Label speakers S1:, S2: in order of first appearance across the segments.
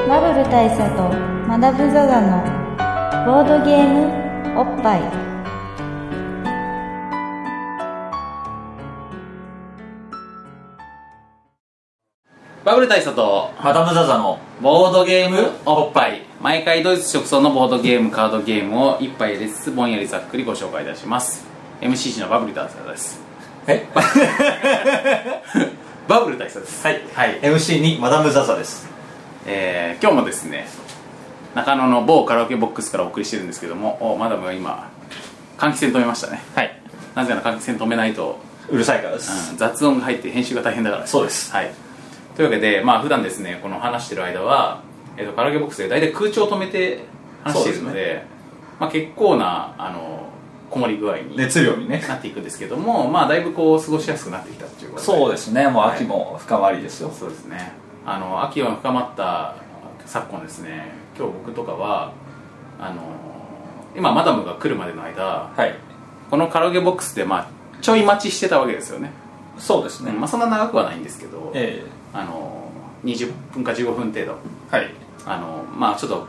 S1: 大佐とマダム・ザ・ザのボードゲームおっぱい
S2: バブル大佐と
S3: マダム・ザ・ザの
S2: ボードゲームおっぱい毎回ドイツ直送のボードゲームカードゲームを一杯でつつぼんやりざっくりご紹介いたします MCC のバブル大佐です
S3: え
S2: バブル大佐です
S3: はい
S2: はい、
S3: MC にマダム・ザ・ザです
S2: えー、今日もですね中野の某カラオケボックスからお送りしてるんですけどもおマダムが今換気扇止めましたね
S3: はい
S2: なぜなら換気扇止めないと
S3: うるさいからです、
S2: うん雑音が入って編集が大変だから
S3: そうです
S2: はい、というわけでまあ普段ですねこの話してる間は、えっとカラオケボックスで大体空調を止めて話しているの
S3: そ
S2: で
S3: う
S2: まあ、結構なあのこもり具合にな
S3: 熱量にね
S2: っていくんですけどもまあだいぶこう過ごしやすくなってきたっていうこと
S3: そうですすねもう秋も深まりですよ、
S2: そうですねあの秋は深まった昨今ですね今日僕とかはあの今マダムが来るまでの間
S3: はい
S2: このカラオケボックスでまあちょい待ちしてたわけですよね、
S3: そうですね、
S2: まあそんな長くはないんですけど、
S3: え
S2: あの20分か15分程度
S3: えはい
S2: あのまあちょっと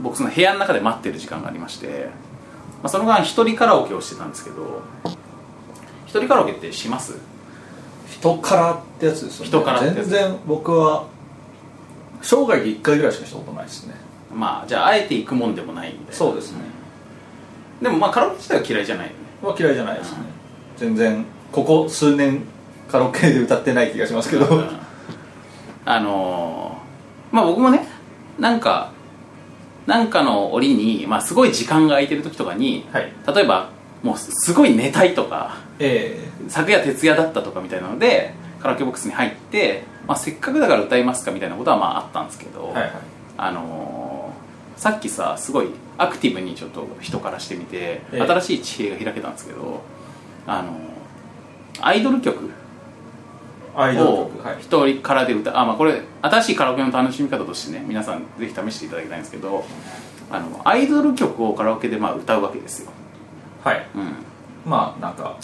S2: 僕その部屋の中で待ってる時間がありまして、まあ、その間一人カラオケをしてたんですけど一人カラオケってします
S3: 人からってやつですよね
S2: 人からってやつ
S3: 全然僕は生涯で1回ぐらいしかしたことないですね
S2: まあじゃああえて行くもんでもないみたいな
S3: そうですね
S2: でもまあカラオケ自体は嫌いじゃないよね
S3: は嫌いじゃないですね、全然ここ数年カラオケで歌ってない気がしますけど、
S2: うんあのーまあ僕もねなんかなんかの折に、まあ、すごい時間が空いてる時とかに、
S3: はい
S2: 例えばもうすごい寝たいとか
S3: え
S2: 昨夜徹夜だったとかみたいなのでカラオケボックスに入って、まあ、せっかくだから歌いますかみたいなことはまああったんですけど、
S3: えはいはい
S2: あのーさっきさすごいアクティブにちょっと人からしてみて、
S3: ええ
S2: 新しい地平が開けたんですけど、あのーアイドル曲
S3: アイドル
S2: を
S3: 曲はい
S2: 一人からで歌う、あまあこれ新しいカラオケの楽しみ方としてね皆さんぜひ試していただきたいんですけどあのアイドル曲をカラオケでまあ歌うわけですよ、
S3: はい
S2: うん、
S3: まあなんか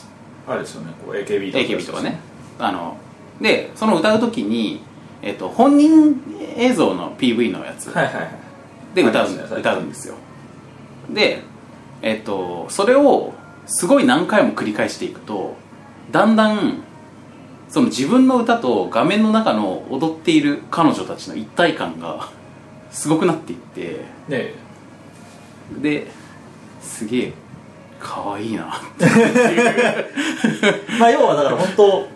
S3: あれですよねこう AKB とか
S2: AKB とかねあのでその歌う時に、えっと本人映像の PV のやつ
S3: はいはいはい
S2: で歌う,、
S3: ありますね
S2: 歌うんですよでえっとそれをすごい何回も繰り返していくとだんだんその自分の歌と画面の中の踊っている彼女たちの一体感がすごくなっていって
S3: で
S2: ですげえ可愛いなって
S3: まあ要はだから本当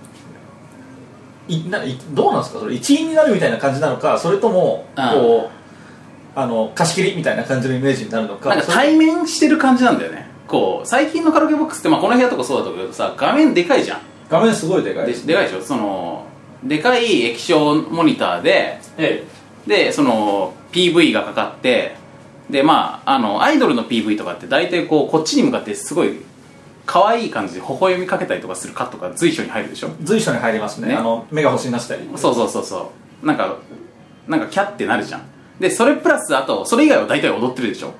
S3: いないどうなんですかそれ一員になるみたいな感じなのかそれとも
S2: うん
S3: こうあの貸し切りみたいな感じのイメージになるのか
S2: なんか
S3: それ
S2: 対面してる感じなんだよねこう最近のカラオケボックスって、まあ、この部屋とかそうだと思うけどさ画面でかいじゃん
S3: 画面すごいでかい
S2: ででかいでしょそのでかい液晶モニターで
S3: え
S2: でその PV がかかってでまああのアイドルの PV とかって大体こうこっちに向かってすごい可愛い感じで微笑みかけたりとかするカットが随所に入るでしょ
S3: え随所に入りますね
S2: ね
S3: あの目が星になってたり
S2: そうそうそうそうなんかなんかキャッてなるじゃんでそれプラスあとそれ以外は大体踊ってるでしょ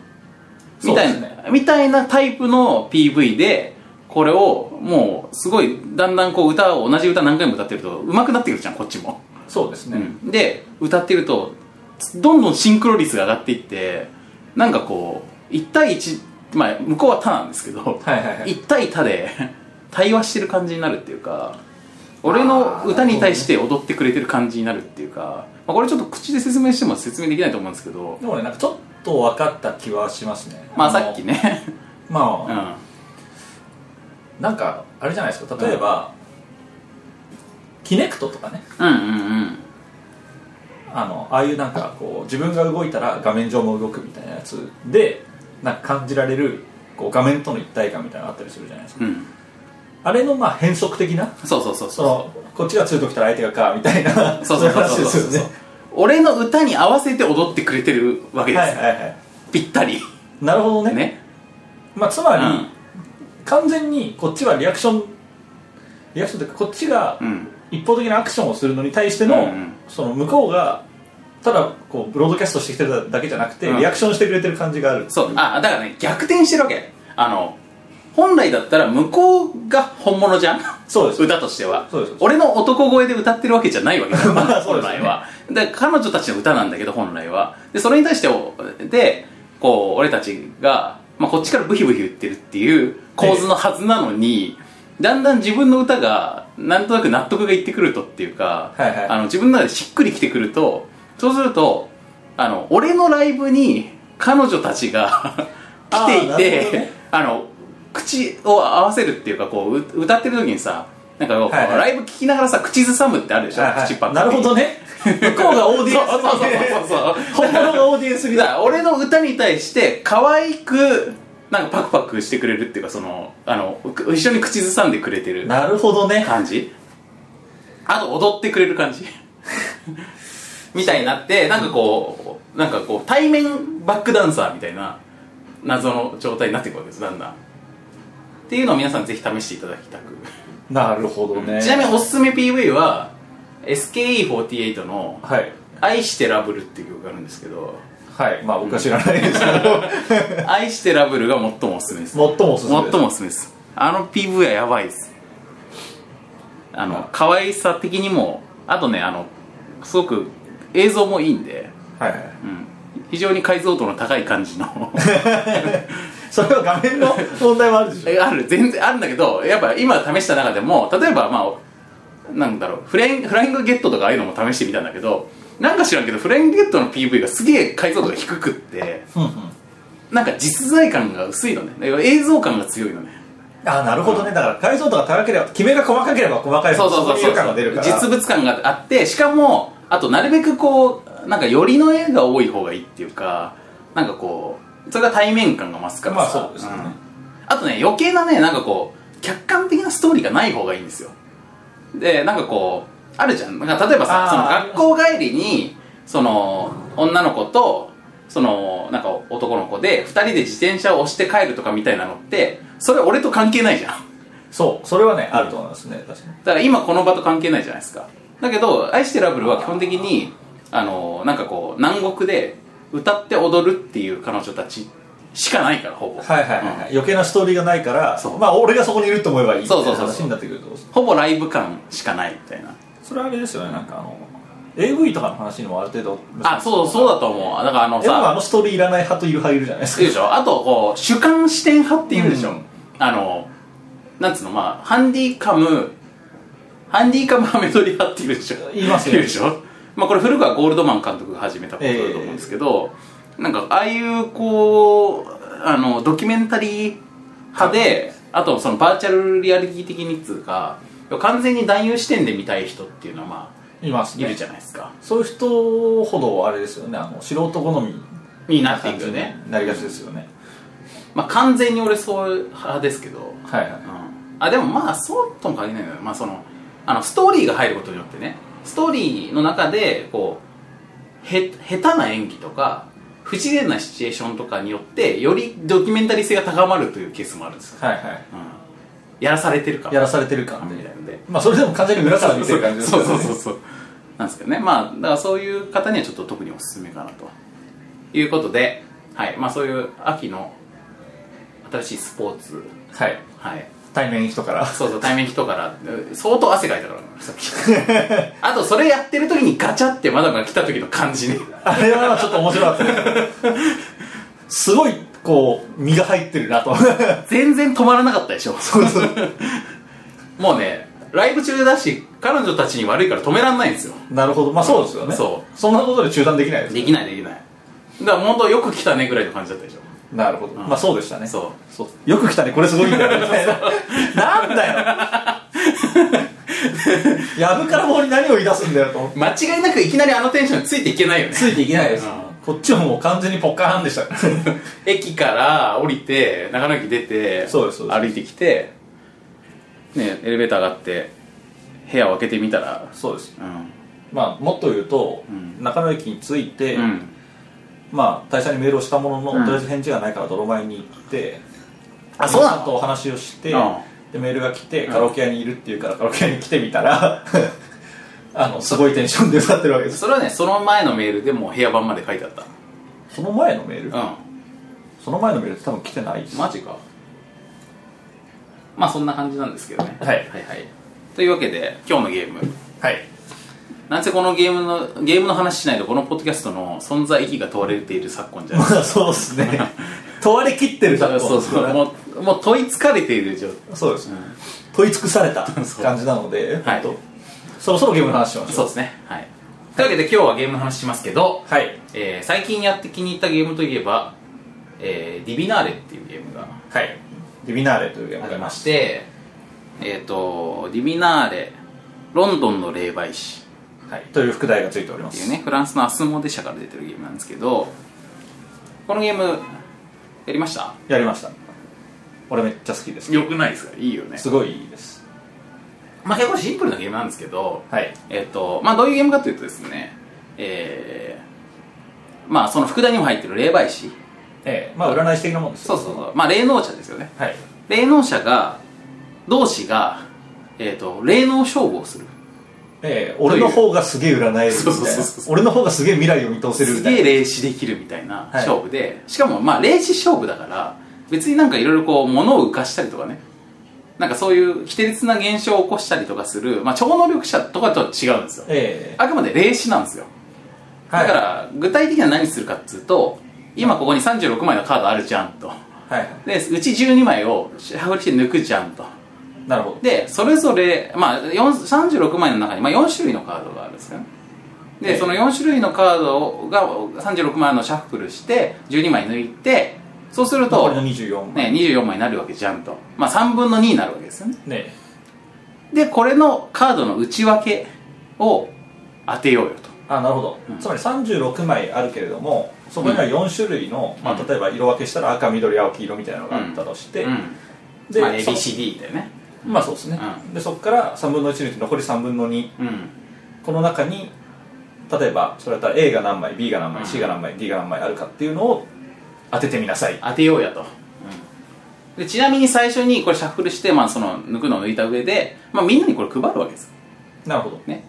S2: みたい
S3: そう
S2: な、
S3: です
S2: みたいなタイプの PV でこれをもうすごいだんだんこう歌を同じ歌何回も歌ってると上手くなってくるじゃんこっちも
S3: そうですね、
S2: うんで歌ってるとどんどんシンクロ率が上がっていってなんかこう1対1まあ向こうは他なんですけど、
S3: はいはいはい
S2: 1対他で 対話してる感じになるっていうか俺の歌に対して踊ってくれてる感じになるっていうか、まあ、これちょっと口で説明しても説明できないと思うんですけど
S3: でもねなんかちょっと分かった気はしますね
S2: まあ
S3: の
S2: さっきね
S3: ま
S2: う
S3: あ、
S2: ん
S3: なんかあれじゃないですか例えば、キネクトとかね
S2: うんうんうん
S3: あのああいうなんかこう自分が動いたら画面上も動くみたいなやつでなんか感じられるこう画面との一体感みたいなのあったりするじゃないですか、
S2: うん
S3: あれのまあ変則的な
S2: そうそうそう
S3: そ
S2: そう
S3: のこっちが2ときたら相手がかみたいな
S2: そうそう
S3: い
S2: そう
S3: 話
S2: そう
S3: です
S2: そう
S3: よね
S2: 俺の歌に合わせて踊ってくれてるわけです、
S3: はいはいは
S2: ぴったり
S3: いなるほどね
S2: ね
S3: まあ、つまり、
S2: うん
S3: 完全にこっちはリアクションリアクションというかこっちが
S2: うん
S3: 一方的なアクションをするのに対しての,、
S2: うんうん
S3: その向こうがただこうブロードキャストしてきてるだけじゃなくて、
S2: うん
S3: リアクションしてくれてる感じがある
S2: そうあだからね逆転してるわけあの本来だったら向こうが本物じゃん
S3: そうです
S2: 歌としては
S3: そうです
S2: 俺の男声で歌ってるわけじゃないわけだ
S3: まあそう
S2: 本
S3: ですね
S2: 来はで彼女たちの歌なんだけど本来はでそれに対しておでこう俺たちが、まあ、こっちからブヒブヒ言ってるっていう構図のはずなのに、だんだん自分の歌がなんとなく納得がいってくるとっていうか、
S3: はいはい
S2: あの自分の中でしっくりきてくるとそうするとあの俺のライブに彼女たちが 来てい
S3: あーなるほ
S2: て
S3: どね
S2: あの口を合わせるっていうかこうう歌ってる時にさなんかこう、
S3: はいはい
S2: ライブ聴きながらさ口ずさむってあるでしょ、
S3: はいはい
S2: 口パク
S3: なるほどね向こうがオーディエンス
S2: そうそうそうそうそう
S3: 本物がオーディエンスに
S2: だから俺の歌に対して可愛くなんかパクパクしてくれるっていうかそのあのう一緒に口ずさんでくれてる
S3: なるほどね
S2: 感じあと踊ってくれる 感じみたいになってなんかこうなんかこう対面バックダンサーみたいな謎の状態になっていくわけですだんだんっていうのを皆さんぜひ試していただきたく
S3: なるほどね
S2: ちなみにおすすめ PV は SKE48 の
S3: はい
S2: 「愛してラブル」っていう曲があるんですけ ど
S3: はいまあ僕は知らない ですけど
S2: 「愛してラブル」が最もおすすめです
S3: 最もおすすめ
S2: 最
S3: です
S2: もおすすめですあの PV はやばいですあの可愛さ的にもあとねあのすごく映像もいいんで、
S3: はいはい
S2: うん、非常に解像度の高い感じの
S3: それは画面の問題もあるでしょ
S2: えある全然あるんだけどやっぱ今試した中でも例えばまあなんだろうフレインフライングゲットとかああいうのも試してみたんだけどなんか知らんけどフライングゲットの PV がすげえ解像度が低くって
S3: うんうん
S2: なんか実在感が薄いのねだから映像感が強いのね
S3: ああなるほどねだから解像度が高ければ決めが細かければ細かい
S2: そ
S3: ほ
S2: う
S3: ど
S2: そうそう
S3: い
S2: そう
S3: 感が出るから
S2: 実物感があってしかもあとなるべくこうなんかよりの絵が多い方がいいっていうかなんかこうそれが対面感が増すからさ
S3: まあそうですよね
S2: んあとね余計なねなんかこう客観的なストーリーがない方がいいんですよでなんかこうあるじゃんなんか例えばさ
S3: あー
S2: その学校帰りにその女の子とそのなんか男の子で2人で自転車を押して帰るとかみたいなのってそれ俺と関係ないじゃん
S3: そうそれはねあると思いますね確かに
S2: だから今この場と関係ないじゃないですかだけど「愛してラブル」は基本的にあのなんかこう南国で歌って踊るっていう彼女たちしかないからほぼ
S3: はいはいはい、はい余計なストーリーがないから
S2: そう
S3: まあ俺がそこにいると思えばいいみたい
S2: そう
S3: な
S2: そうそうそう
S3: 話になってくるとそ
S2: ほぼライブ感しかないみたいな
S3: れはあれですよねなんかあの AV とかの話にもある程度
S2: あそうそうだと思うだからあの
S3: でもあ
S2: さ
S3: のストーリーいらない派といる派いるじゃないです
S2: い
S3: か
S2: いでしょあとこう主観視点派っていうでしょ、
S3: うん
S2: あのなんつうのまあハンディカムハンディカムハメ撮り派っていうでしょ
S3: 言いますよ
S2: 言うでしょ、まあ、これ古くはゴールドマン監督が始めたことだと思うんですけど、なんかああいうこうあのドキュメンタリー派であとそのバーチャルリアリティ的にっつうか完全に男優視点で見たい人っていうのはまあ
S3: います
S2: い
S3: ね
S2: るじゃないですか、
S3: そういう人ほどあれですよねあの素人好み
S2: にな
S3: な
S2: っていくよね、
S3: なりがちですよね、
S2: まあ、完全に俺そう派ですけど
S3: はいはい
S2: うんあでもまあそうとも限らないのよ、まあ、そのあのストーリーが入ることによってねストーリーの中でこうへ下手な演技とか不自然なシチュエーションとかによってよりドキュメンタリー性が高まるというケースもあるんですよ、
S3: はいはい
S2: うん、やらされてるから
S3: やらされてる感
S2: み
S3: で
S2: たいなんで
S3: まあそれでも完全に裏から見てる感じです
S2: そうそうそううそうなんですけどねまあだからそういう方にはちょっと特におすすめかなということではいまあそういう秋の新しいスポーツ
S3: はい
S2: はい
S3: 対面人から
S2: そうそう対面人からえ相当汗かいたからさっき あとそれやってる時にガチャって窓から来た時の感じね
S3: あれはちょっと面白かったですすごいこう身が入ってるなと
S2: 全然止まらなかったでしょ もうねライブ中だし彼女たちに悪いから止めらんないんですよ
S3: なるほどまあそうですよね
S2: そ
S3: んなことで中断できないです
S2: できないできないだから本当よく来たねぐらいの感じだったでしょ
S3: なるほど、まあそうでしたね
S2: そう
S3: よく来たねこれすごいんだよみたい ななんだよ やぶから棒に何を言い出すんだよと思って
S2: 間違いなくいきなりあのテンションについていけないよね
S3: ついていけないです、
S2: うん
S3: こっちはもう完全にポッカーンでしたから
S2: 駅から降りて長野駅出て
S3: そうですそうです
S2: 歩いてきて、ね、エレベーター上がって部屋を開けてみたら
S3: そうです
S2: うん
S3: まあもっと言うと、
S2: ん
S3: 中野駅に着いて、
S2: うん
S3: まあ大社にメールをしたものの、
S2: うん
S3: とりあえず返事がないから泥前に行って
S2: あそうなの
S3: ちゃんとお話をして、
S2: うん
S3: でメールが来てカラオケ屋にいるっていうからカラオケ屋に来てみたら あのすごいテンションで歌ってるわけです
S2: それはねその前のメールでもう部屋番まで書いてあった
S3: その前のメール、
S2: う
S3: その前のメールって多分来てないです
S2: んマジかまあそんな感じなんですけどね
S3: はい
S2: はいはいというわけで今日のゲーム
S3: はい
S2: なんせこのゲームのゲームの話しないとこのポッドキャストの存在意義が問われている昨今じゃない
S3: まあそうですね 問われきってる
S2: そう
S3: 昨今
S2: そうそうもうもう問いつかれている状態
S3: そうです、問い尽くされた感じなので、
S2: はい
S3: 本当そろそろゲームの話しましょ
S2: そう
S3: う
S2: ですねはいというわけで今日はゲームの話しますけど、
S3: はい
S2: えー最近やって気に入ったゲームといえば、えーディビナーレっていうゲームが
S3: はいディビナーレというゲーム
S2: あ
S3: があ
S2: り
S3: り
S2: ま
S3: ま
S2: し
S3: して
S2: えっ、とディビナーレロンドンの霊媒師
S3: はい、という副題がついておりま
S2: って
S3: す
S2: いうねフランスのアスモデ社から出てるゲームなんですけどこのゲームやりました
S3: やりました俺めっちゃ好きです
S2: よくないですかいいよね
S3: すごいいいです
S2: まあ結構シンプルなゲームなんですけど
S3: はい
S2: えっ、とまあどういうゲームかというとですねえー、まあその副題にも入ってる霊媒師
S3: ええまあ占い師的なもんです
S2: そうそうそうまあ霊能者ですよね
S3: はい
S2: 霊能者が同士がえっ、と霊能勝負をする
S3: ええ俺の方がすげえ占えるみたいな
S2: そうそうそうそう
S3: 俺の方がすげえ未来を見通せる
S2: す
S3: みたい
S2: げ
S3: な
S2: え霊視できるみたいな
S3: はい
S2: 勝負で、しかもまあ霊視勝負だから別になんかいろいろこう物を浮かしたりとかねなんかそういう非適切な現象を起こしたりとかする、まあ、超能力者とかとは違うんですよ
S3: ええ
S2: あくまで霊視なんですよだか
S3: は
S2: ら具体的には何するかっつうと今ここに36枚のカードあるじゃんと
S3: い、はいは
S2: でうち12枚を羽振りして抜くじゃんと
S3: い、なるほど
S2: でそれぞれ、まあ、4 36枚の中に、まあ、4種類のカードがあるんですよねで、
S3: ええ
S2: その4種類のカードが36枚のシャッフルして12枚抜いてそうすると
S3: 残、りの24枚
S2: ね、24枚になるわけじゃんと、まあ、3分の2になるわけですよね
S3: ね
S2: でこれのカードの内訳を当てようよと
S3: あなるほど、つまり36枚あるけれどもそこには4種類の、ま
S2: う
S3: あ、例えば色分けしたら赤緑青黄色みたいなのがあったとして、
S2: うん
S3: で
S2: まあ、
S3: そ
S2: ABCD だよね
S3: まあそうですね、
S2: う
S3: でそこから3分の1のうち残り3分の2
S2: うん
S3: この中に例えばそれだったら A が何枚 B が何枚、
S2: うん
S3: C が何枚 D が何枚あるかっていうのを当ててみなさい
S2: 当てようやと、でちなみに最初にこれシャッフルして、まあ、その抜くのを抜いた上で、まあ、みんなにこれ配るわけです
S3: なるほど
S2: ね、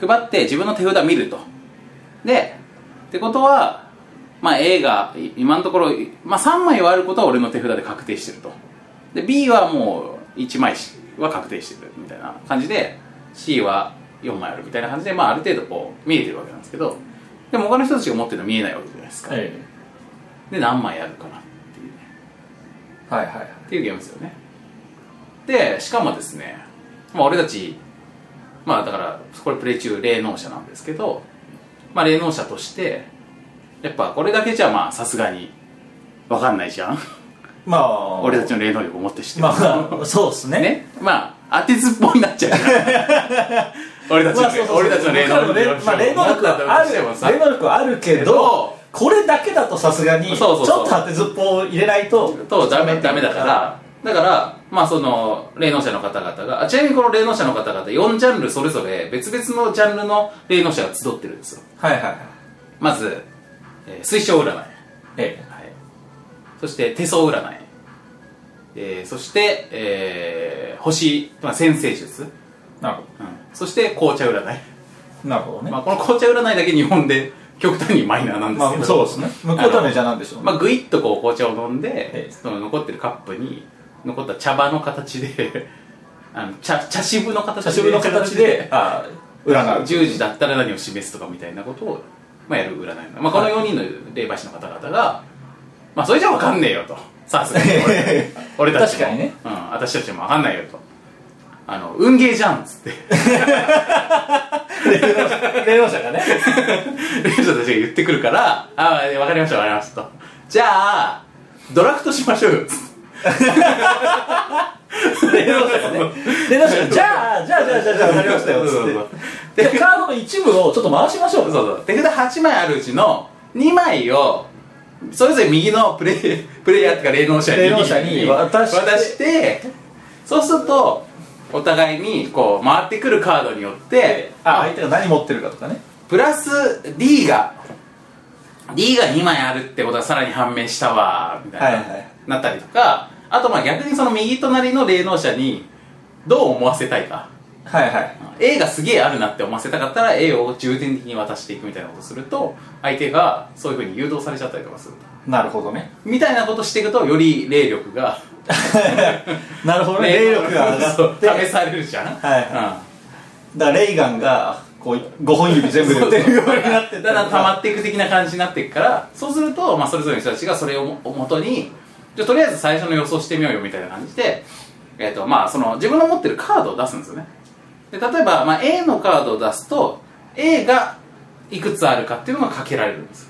S2: 配って自分の手札見るとでってことは、まあ、A がい今のところ、まあ、3枚割ることは俺の手札で確定してるとで B はもう1枚しは確定してるみたいな感じで C は4枚あるみたいな感じで、まあ、ある程度こう見えてるわけなんですけどでも他の人たちが持ってるの見えないわけじゃないですか、
S3: え
S2: で何枚あるかなっていうね
S3: えはいはいはい
S2: っていうゲームですよねでしかもですね、まあ、俺たちまあだからこれプレイ中霊能者なんですけど、まあ、霊能者としてやっぱこれだけじゃまあさすがに分かんないじ ゃん
S3: まあ
S2: 俺たちの霊能力を持ってしても
S3: まあそうですね
S2: ねまあ当てずっぽになっちゃうじゃん俺たちの、
S3: まあそうそうそう
S2: 俺たちの霊能力
S3: まあ霊能力はあ
S2: 持ってた
S3: る
S2: としてもさ
S3: 霊能力はあるけ
S2: け
S3: ど
S2: ど
S3: これだけだとさすがにち
S2: そ
S3: ょ
S2: う
S3: っ
S2: そう
S3: と
S2: そう
S3: 当てずっぽを入れないと
S2: とダメダメだからだからまあその霊能者の方々があちなみにこの霊能者の方々4ジャンルそれぞれ別々のジャンルの霊能者が集ってるんですよ
S3: はいはいはい
S2: まず、えー水晶占い、はい、
S3: え
S2: そして手相占い、えーそして、えー星、まあ、先生術、
S3: えなるほ
S2: そして紅茶占い、
S3: どなるほどね
S2: まあ、この紅茶占いだけ日本で極端にマイナーなんですけど、
S3: まあそうですね向こうダメじゃなんでしょうね
S2: まあ、ぐいっとこう紅茶を飲んで
S3: え、え
S2: その残ってるカップに、残った茶葉の形で、 あの茶茶渋の形で、
S3: 久しぶりの形で、あー占う。
S2: 10時だったら何を示すとかみたいなことを、まあ、やる占いの、まあ、この
S3: はい
S2: 4人の霊媒師の方々が、まあ、それじゃ分かんねえよと、さすがに 俺俺たちも
S3: 確かにね
S2: うん、私たちも分かんないよと、あの運ゲーじゃんっつって、
S3: 霊能者が ね。
S2: 霊媒師たちが言ってくるから、ああ、分かりました、分かりましたと、じゃあ、ドラフトしましょうよっつって。
S3: 霊能者がね。霊能者が、じゃあ、じゃあ、じゃあ、じゃあ、じゃあ、わかりましたよ、つ
S2: そうそう
S3: っ
S2: そう
S3: て。で、カードの一部をちょっと回しましょう。
S2: そうそう手札8枚あるうちの2枚をそれぞれ右のプレイ プレイヤーっていうか霊能者に
S3: 霊能者に渡して
S2: てそうするとお互いにこう回ってくるカードによって
S3: あ、相手が何持ってるかとかね。
S2: プラス D が D が2枚あるってことがさらに判明したわみたいな、
S3: はいはい
S2: なったりとかあとまあ逆にその右隣の霊能者にどう思わせたいか
S3: はいはい。
S2: A がすげえあるなって思わせたかったら A を重点的に渡していくみたいなことをすると相手がそういうふうに誘導されちゃったりとかすると
S3: なるほどね。
S2: みたいなことしていくとより霊力が
S3: なるほどね霊力が上
S2: そ
S3: が
S2: う
S3: っ
S2: 試
S3: て
S2: されるじゃん
S3: はいだからレイガンがこう5本指全部で
S2: うん
S3: 打てるようになって
S2: だか
S3: った
S2: ら
S3: の
S2: 溜ま
S3: が
S2: っていく的な感じになっていくからそうすると、まあ、それぞれの人たちがそれをもとにじゃあとりあえず最初の予想してみようよみたいな感じで、えーとまあ、その自分の持ってるカードを出すんですよねで例えば、まあ、A のカードを出すと A がいくつあるかっていうのがかけられるんですよ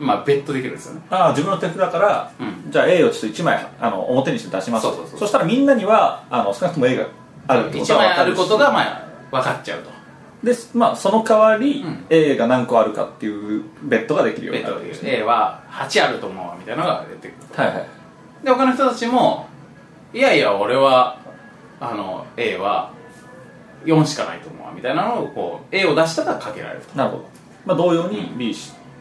S2: まあベットできるんですよね
S3: ああ自分の手札から、
S2: うん
S3: じゃあ A をちょっと1枚あの表にして出します
S2: そ
S3: と
S2: うそうそう
S3: したらみんなにはあの少なくとも A があるってこ
S2: 1
S3: とは
S2: 枚
S3: 分か
S2: あ
S3: る
S2: る
S3: し
S2: ことが、まあ、分かっちゃうと
S3: で、まあ、その代わり、
S2: うん
S3: A が何個あるかっていうベッドができるよう
S2: ベ
S3: に
S2: ッ
S3: な
S2: ト
S3: る
S2: できる A は8あると思うわみたいなのが出てくる
S3: はいはい
S2: で他の人たちもいやいや俺はあの A は4しかないと思うわみたいなのをこう A を出したらかけられると
S3: なるほど、まあ、同様に
S2: う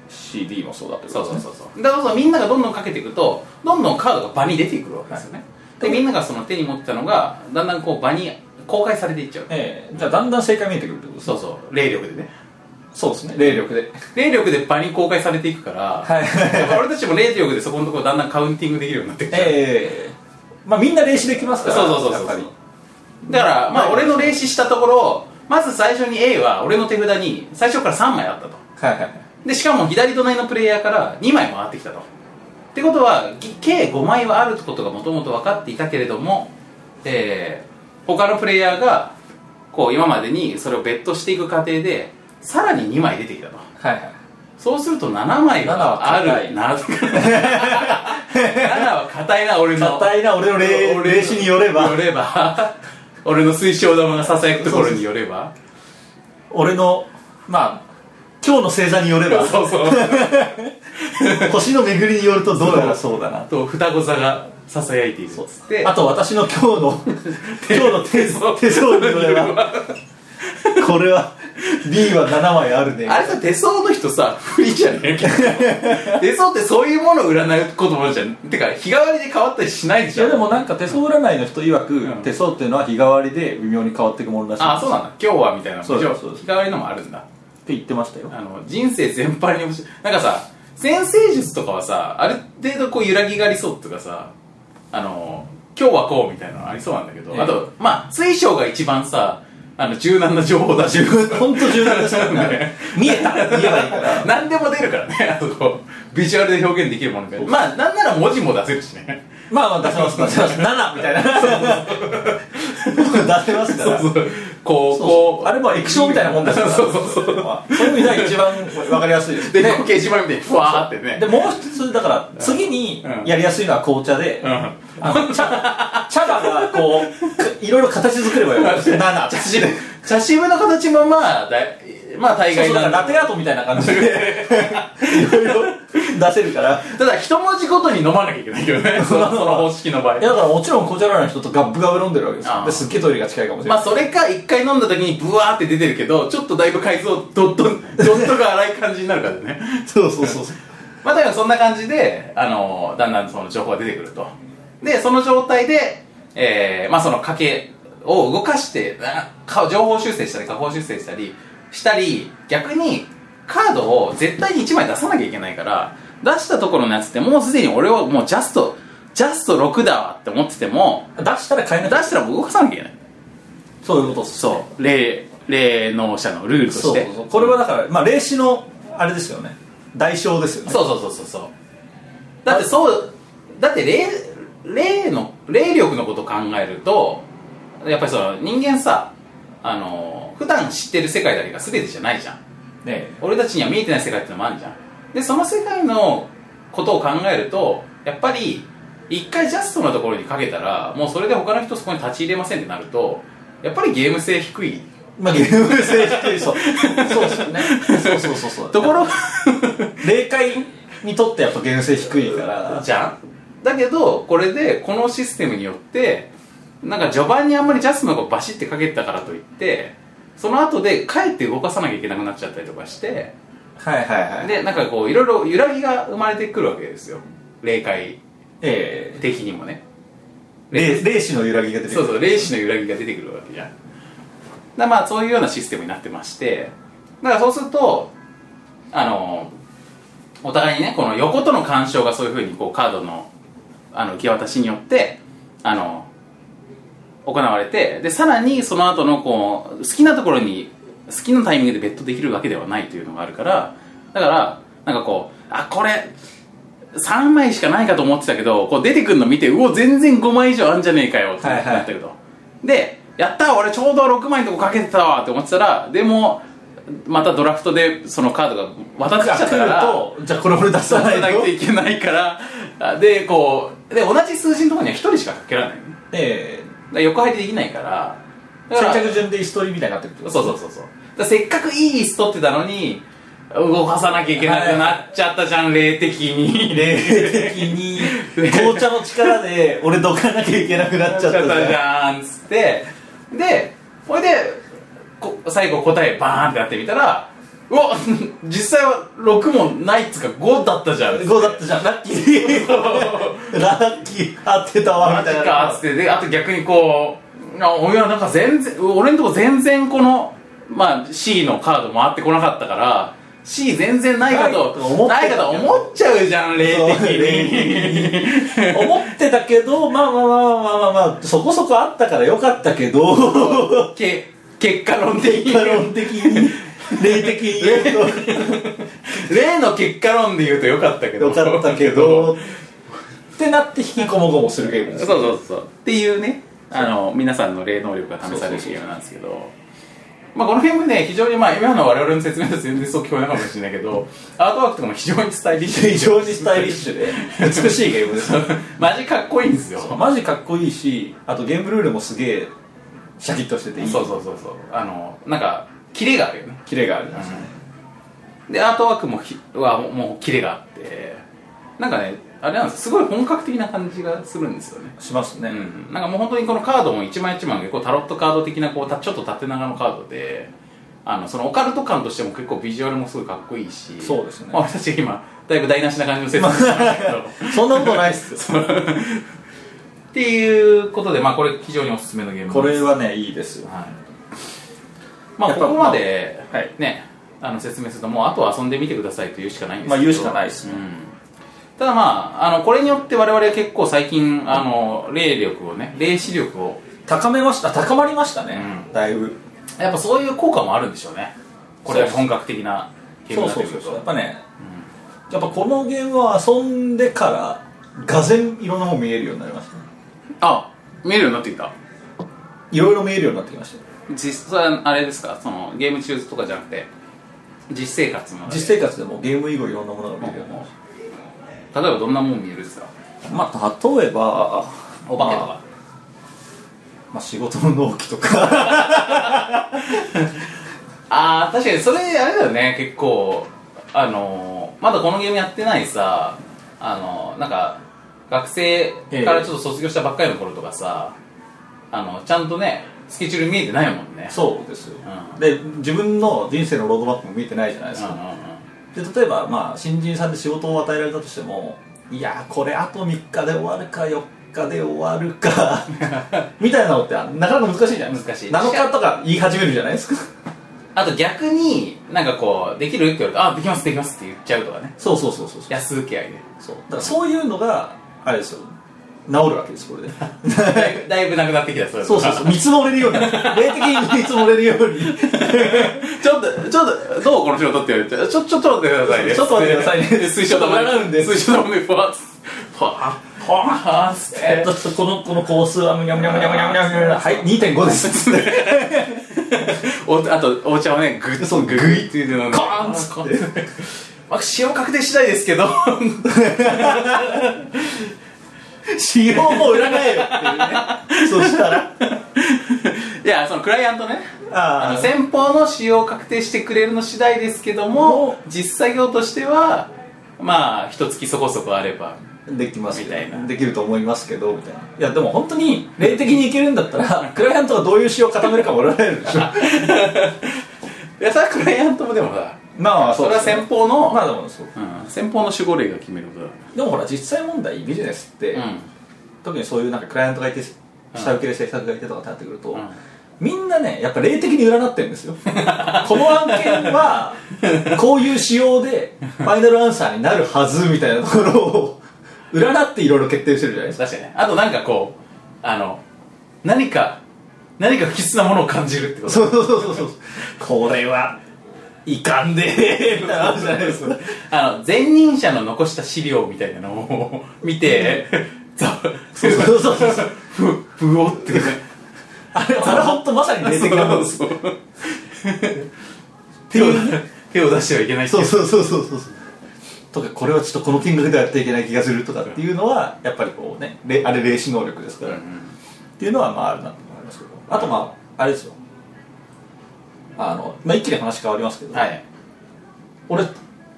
S3: BCD もそうだってこと
S2: そう
S3: です
S2: そう
S3: ね
S2: そうそうだからそうみんながどんどんかけていくとどんどんカードが場に出てくるわけですよね、でみんながその手に持ってたのがだんだんこう場に公開されていっちゃう
S3: ええじゃあだんだん正解見えてくるってことです
S2: そうそう霊力でね
S3: そうですね霊力で
S2: 霊力で場に公開されていくから、
S3: はい
S2: だから俺たちも霊力でそこのところだんだんカウンティングできるようになってきちゃう、
S3: ええまあみんな練習できますから
S2: そうそうそうそう
S3: やっぱり
S2: だから、まあ、
S3: はい
S2: 俺の霊視したところまず最初に A は俺の手札に最初から3枚あったと
S3: はいはい
S2: でしかも左隣のプレイヤーから2枚回ってきたとってことはぎ計5枚はあることがもともと分かっていたけれども、えー他のプレイヤーがこう今までにそれをベットしていく過程でさらに2枚出てきたと
S3: はいはい
S2: そうすると7枚はある7は硬い7は硬いな俺の
S3: 硬いな俺の霊
S2: 俺の
S3: 霊視によれば
S2: よれば 俺の水晶玉がささやくところによれば
S3: 俺のまあ今日の星座によれ ば
S2: そうそう
S3: 星の巡りによるとどうやらそうだな
S2: と双子座がささやいているっつって
S3: あと私の今日 の今日の手相手相によれば これは B は7枚あるね
S2: あれさ手相の人さ不利じゃねえけど手相ってそういうものを占うこともじゃんてか日替わりで変わったりしない
S3: い
S2: じゃ
S3: や
S2: ん
S3: でもなんか手相占いの人曰く、
S2: うん
S3: 手相っていうのは日替わりで微妙に変わっていくものらしい
S2: あそうなんだ今日はみたいな
S3: そう
S2: じゃあ
S3: です
S2: 日
S3: そうです
S2: 替わりのもあるんだ
S3: って言ってましたよ
S2: あの人生全般に面白いなんかさ先生術とかはさある程度こう揺らぎがありそうとかさあの今日はこうみたいなのありそうなんだけど、
S3: ええ
S2: あとまあ水晶が一番さあの柔軟な情報だ し
S3: 本当柔軟ですよね
S2: ね
S3: 見えた見えないから
S2: 何でも出るからねあそこビジュアルで表現できるものでまあなんなら文字も出せるしね
S3: まあまあ出せます出せます7みたいな出せま すから
S2: そうそうこう
S3: そう
S2: こう
S3: あれも液晶みたいなもんです か ら
S2: そうそうそう
S3: そういう意味では一番わかりやすいです
S2: でこう掲示板みたいにふわーってね
S3: でもう一つだから次に
S2: うん
S3: やりやすいのは紅茶で、
S2: うん
S3: あの茶茶葉がこういろいろ形作ればよか った7
S2: 茶渋茶渋の形もまあだいまあ大
S3: そう
S2: 概
S3: そうだか
S2: な
S3: ら
S2: んだ
S3: ラテアートみたいな感じでいろいろ出せるから
S2: ただ一文字ごとに飲まなきゃいけないけどねそのその方式の場
S3: いや
S2: 合
S3: だからもちろん紅茶ラーの人とガブガブ飲んでるわけです
S2: あ
S3: よ
S2: あ
S3: ですっげえトイレが近いかもしれない、
S2: まあそれか一回飲んだ時にブワーって出てるけどちょっとだいぶ改造ドットドットが荒い感じになるからね
S3: そうそうそうそう
S2: まあだからそんな感じであのだんだんその情報が出てくるとでその状態で、えーまあその賭けを動かしてあか情報修正したり下方修正したりしたり逆にカードを絶対に1枚出さなきゃいけないから出したところのやつってもうすでに俺をもうジャストジャスト6だわって思ってても
S3: 出したら買え
S2: 出
S3: ない
S2: したらもう動かさなきゃいけない
S3: そういうことです
S2: そう霊霊能者のルールと
S3: そ
S2: し
S3: う
S2: て
S3: そうそうこれはだからまあ霊視のあれですよね代償ですよね
S2: そうそうそうそうそうだってそうだって霊霊の霊力のことを考えるとやっぱりその人間さあの普段知ってる世界だけが全てじゃないじゃん
S3: ね
S2: 俺たちには見えてない世界ってのもあるじゃんでその世界のことを考えるとやっぱり一回ジャストなところにかけたらもうそれで他の人そこに立ち入れませんってなるとやっぱりゲーム性低い
S3: まあゲーム性低いそうそうですよねそうそうそうそう
S2: ところが
S3: 霊界にとってやっぱゲーム性低いから
S2: じゃんだけどこれでこのシステムによってなんか序盤にあんまりジャスのがバシッてかけたからといってその後でかえって動かさなきゃいけなくなっちゃったりとかして
S3: はいはいはい
S2: でなんかこういろいろ揺らぎが生まれてくるわけですよ霊界
S3: え
S2: 的にもね
S3: え霊霊視の揺らぎが出てく
S2: そう
S3: る
S2: そう霊視の揺らぎが出てくるわけじゃんだからまあそういうようなシステムになってましてだからそうするとあのお互いにねこの横との干渉がそういうふうにこうカードのあの受け渡しによってあの行われてでさらにその後のこう好きなところに好きなタイミングでベットできるわけではないというのがあるからだからなんかこうあこれ3枚しかないかと思ってたけどこう出てくるの見てうお全然5枚以上あんじゃねえかよってなったけど、でやった俺ちょうど6枚のとこかけてたわって思ってたらでもまたドラフトでそのカードが渡ってきちゃったから
S3: とじゃあこれ俺出
S2: 出
S3: さ
S2: さ
S3: ない
S2: な
S3: と
S2: きゃいけないからあでこうで同じ数字のところには1人しかかけられないのね
S3: え
S2: だから横入りできないから
S3: え
S2: だから
S3: 先着順で椅子取りみたいになってるってこと
S2: そうそうそうそうだからせっかくいい椅子取ってたのに動かさなきゃいけなくなっちゃったじゃん、霊的に
S3: 霊的に紅茶の力で俺どかなきゃいけなくなっちゃったじゃん
S2: んっつってでこれでこ最後答えバーンってやってみたらうわ 実際は6もないっつうか5だったじゃん
S3: 5だったじゃんラッキーラッキー合ってたわ
S2: マ
S3: み
S2: ジ
S3: たいな
S2: かっつってであと逆にこうあおやなんか全然俺のとこ全然この、まあ、C のカード回ってこなかったから C 全然ないかと
S3: ないと思って
S2: ないかと思っちゃうじゃん霊的
S3: そう
S2: に
S3: 霊思ってたけどまあまあまあまあまあまあ、まあ、そこそこあったからよかったけど
S2: け結果論的
S3: 結果
S2: に
S3: 論的に霊的に言 う
S2: 例の結果論で言うとよかったけ
S3: と
S2: ど
S3: よかったけどってなって引きこもごもするゲーム
S2: そ
S3: で
S2: う
S3: す
S2: そうそうっていうねあの皆さんの霊能力が試されるゲームなんですけどまあこの辺もね非常にまあ今の我々の説明だと全然そう聞こえないかもしれないけどアートワークとかも非常に伝えてきて
S3: 非常にスタイリッシュで美しいゲームです
S2: マジかっこいいんですよそ
S3: マジかっこいいしあとゲームルールもすげえシャキッとしてていいう
S2: そうそうそうあのなんかキレがあるよね
S3: キレがあるな
S2: でアートワークもひはもうキレがあってなんかねあれなんですすごい本格的な感じがするんですよね
S3: しますね、
S2: うん、なんかもう本当にこのカードも一枚一枚がこうタロットカード的なこうたちょっと縦長のカードであのそのオカルト感としても結構ビジュアルもすごいかっこいいし
S3: そうですね
S2: まあ、私が今だいぶ台無しな感じの説明をしましたけど
S3: そんなことないっす よ
S2: っていうことで、まあ、これ非常におすすめのゲームです
S3: これはねいいですよ
S2: はいまあ
S3: やっぱ
S2: ここまで、
S3: まあはい
S2: ねあの説明するともうあとは遊んでみてくださいと言うしかないんですけど
S3: まあ言うしかないですね
S2: うんただまああのこれによって我々結構最近あの霊力をね霊視力を
S3: 高めました高まりましたね、
S2: う
S3: だいぶ
S2: やっぱそういう効果もあるんでしょうねこれだけ本格的なゲーム
S3: そう
S2: になって
S3: そう
S2: くる
S3: そうそう
S2: と
S3: やっぱね、やっぱこのゲームは遊んでからがぜんいろんなもん見えるようになりましたね
S2: あ見えるようになってきた
S3: いろいろ見えるようになってきました
S2: 実際あれですかそのゲーム中とかじゃなくて実生活の中で
S3: 実生活でもゲーム以後いろんなものが見えるようになりまし
S2: 例えばどんなもん見えるんですか
S3: たまあ例えば
S2: お化けと
S3: ま
S2: か
S3: あまあ仕事の納期とか
S2: ああ確かにそれあれだよね結構あのーまだこのゲームやってないさあのーなんか学生からちょっと卒業したばっかりの頃とかさ、あのちゃんとねスケジュール見えてないもんね
S3: そうですよ、
S2: うん
S3: で自分の人生のロードマップも見えてないじゃないです
S2: うんうん
S3: か、
S2: うん
S3: で例えばまあ新人さんで仕事を与えられたとしてもいやーこれあと3日で終わるか4日で終わるかみたいなのってなかなか難しいじゃないですか
S2: 難しい
S3: 7日とか言い始めるじゃないですか
S2: あと逆になんかこうできるって言われてあできますできますって言っちゃうとかね
S3: そうそうそうそうそう
S2: 安請け合いで
S3: そうだからそういうのがあれですよ治るわけですこれで
S2: だいぶ だいぶなくなってきたそれ
S3: そうそうそう見積もれるようになる霊的に見積もれるように
S2: ちょっと、ちょっと、どうこの仕事って言われて、ち ょ、ちょっと待ってくださいね。
S3: ちょっと待ってくださいね
S2: で水晶玉
S3: ちょっと笑うんで
S2: 水晶玉で、ファース、ファー、ファースって。
S3: えっとちょっとこのこの工数はむにゃむにゃむにゃむにゃむにゃむにゃはい2.5ですつって
S2: おあとお茶をねグッそうグイっていうのをね
S3: コーンっつって
S2: コーンって まあ使用確定次第ですけど
S3: 使用も売らないよっていうねそしたら
S2: いやそのクライアントね
S3: あ
S2: あ
S3: ー
S2: の先方の使用確定してくれるの次第ですけども
S3: も
S2: 実作業としてはまあ一月そこそこあれば
S3: できますけど
S2: みたいな
S3: できると思いますけどみたいないやでも本当に霊的にいけるんだったらクライアントがどういう仕様を固めるかもらえるで しょ
S2: いやそれはクライアントもでもさ
S3: まあ
S2: それは先方の、
S3: まあでもそう
S2: うん、先方の守護霊が決めることだか
S3: でもほら実際問題ビジネスって、
S2: ら、
S3: 特にそういうなんかクライアントがいて下請けで制作がいてとかってなってくると、
S2: うん
S3: みんなねやっぱ霊的に占ってるんですよ この案件はこういう仕様でファイナルアンサーになる はずみたいなところを占っていろいろ決定してるじゃないですか
S2: 確かにねあとなんかこうあの何か何か不吉なものを感じるってこと
S3: そうそうそうそうこれはいかんでーってなるじゃないですか
S2: あの前任者の残した資料みたいなのを 見てざわ
S3: そうそうそうそう
S2: ふふおってね
S3: あれあれほんとまさに霊的なもんです
S2: そう手を手を出してはいけないってい
S3: そうそうそうそうそうとかこれはちょっとこの金額ではやっていけない気がするとかっていうのはやっぱりこうねれあれ霊視能力ですから、っていうのはまああるなと思いますけどあとまああれですよあの、まあ、一気に話変わりますけど、
S2: はい
S3: 俺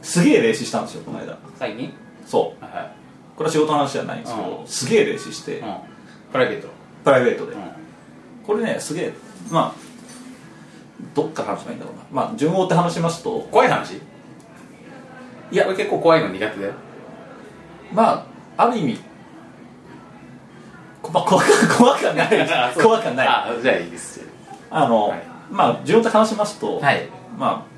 S3: すげえ霊視したんですよこの間
S2: 最近
S3: そう
S2: は
S3: これは仕事の話じゃないんですけど、
S2: うん
S3: すげえ霊視して、
S2: い、うん、プライベート、
S3: プライベートで、
S2: うん
S3: これねすげえまあどっから話せばいいんだろうなまあ順を追って話しますと
S2: 怖い話
S3: いや
S2: 俺結構怖いの苦手だよ
S3: まあある意味こまあ怖く怖くはない怖くはな い
S2: あじゃあいいですよ
S3: あの、
S2: はい
S3: まあ順を追って話しますと、
S2: はい
S3: まあ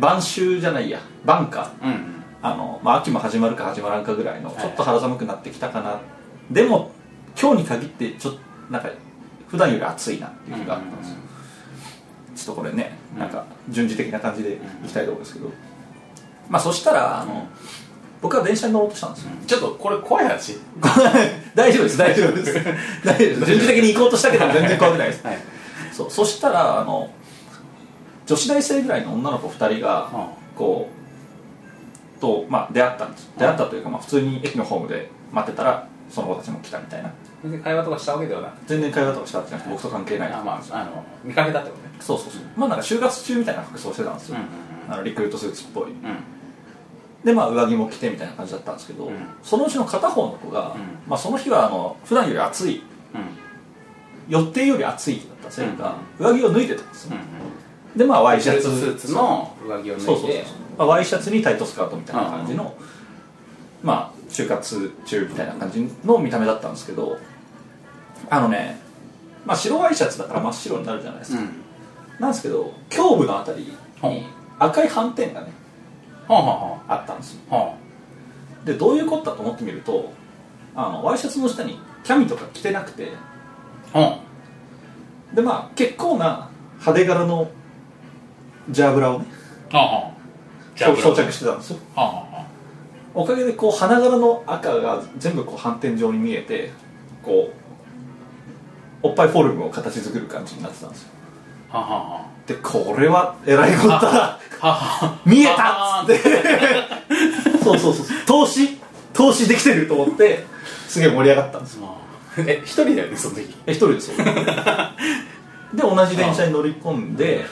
S3: 晩秋じゃないや晩夏
S2: うんうん
S3: あの、まあ、秋も始まるか始まらんかぐらいの
S2: はい
S3: ちょっと肌寒くなってきたかな、でも今日に限ってちょっとなんか普段より暑いなっていう日があったんですよ、ちょっとこれね
S2: うん
S3: なんか順次的な感じでいきたいところですけど、まあそしたらあの、
S2: うん
S3: 僕は電車に乗ろうとしたんですよ、
S2: ちょっとこれ怖い話
S3: 大丈夫です大丈夫です 大丈夫です順次的に行こうとしたけど全然怖くないです、
S2: はい
S3: そうそしたらあの女子大生ぐらいの女の子2人が、こうと、まあ、出会ったんです出会ったというか、まあ、普通に駅のホームで待ってたらその子たちも来たみたいな
S2: 全然会話とかしたわけではなく
S3: 全然会話とかしたわけじゃなくて僕と関係ない
S2: あまああの見かけたってことね
S3: そうそうそうまあなんか就活中みたいな服装してたんですよ、あのリクルートスーツっぽい
S2: うんうん
S3: でまあ上着も着てみたいな感じだったんですけど、
S2: うん
S3: そのうちの片方の子が、
S2: うん
S3: まあ、その日はあの普段より暑い予定より暑い日だったせいか、上着を脱いでたんですよ、でまあワ
S2: ワ
S3: イ
S2: イ
S3: シ
S2: シ
S3: ャ
S2: ャ
S3: ツ
S2: ツスーツの上着を脱いで
S3: そうそうそう、まあ、ワイシャツにタイトスカートみたいな感じの、まあ就活中みたいな感じの見た目だったんですけどあのねまあ白ワイシャツだから真っ白になるじゃないです
S2: う
S3: か、
S2: ん
S3: なんですけど胸部のあたり
S2: ほう
S3: に赤い斑点がね
S2: ほうほ
S3: あったんですよ
S2: うほうほ
S3: でどういうことだと思ってみるとあのワイシャツの下にキャミとか着てなくて
S2: うほう
S3: でまあ結構な派手柄のジャーブラをね
S2: ほうほう
S3: 装装
S2: ほう
S3: 着してたんですよ
S2: ほうほう
S3: おかげでこう花柄の赤が全部こう反転状に見えてこうおっぱいフォルムを形作る感じになってたんですよ
S2: ははは
S3: でこれはえらいことだ
S2: はは
S3: 見えたっつって そうそうそう投資投資できてると思ってすげえ盛り上がったんですよ
S2: え一人だよねその時
S3: え一人 ですよで同じ電車に乗り込んで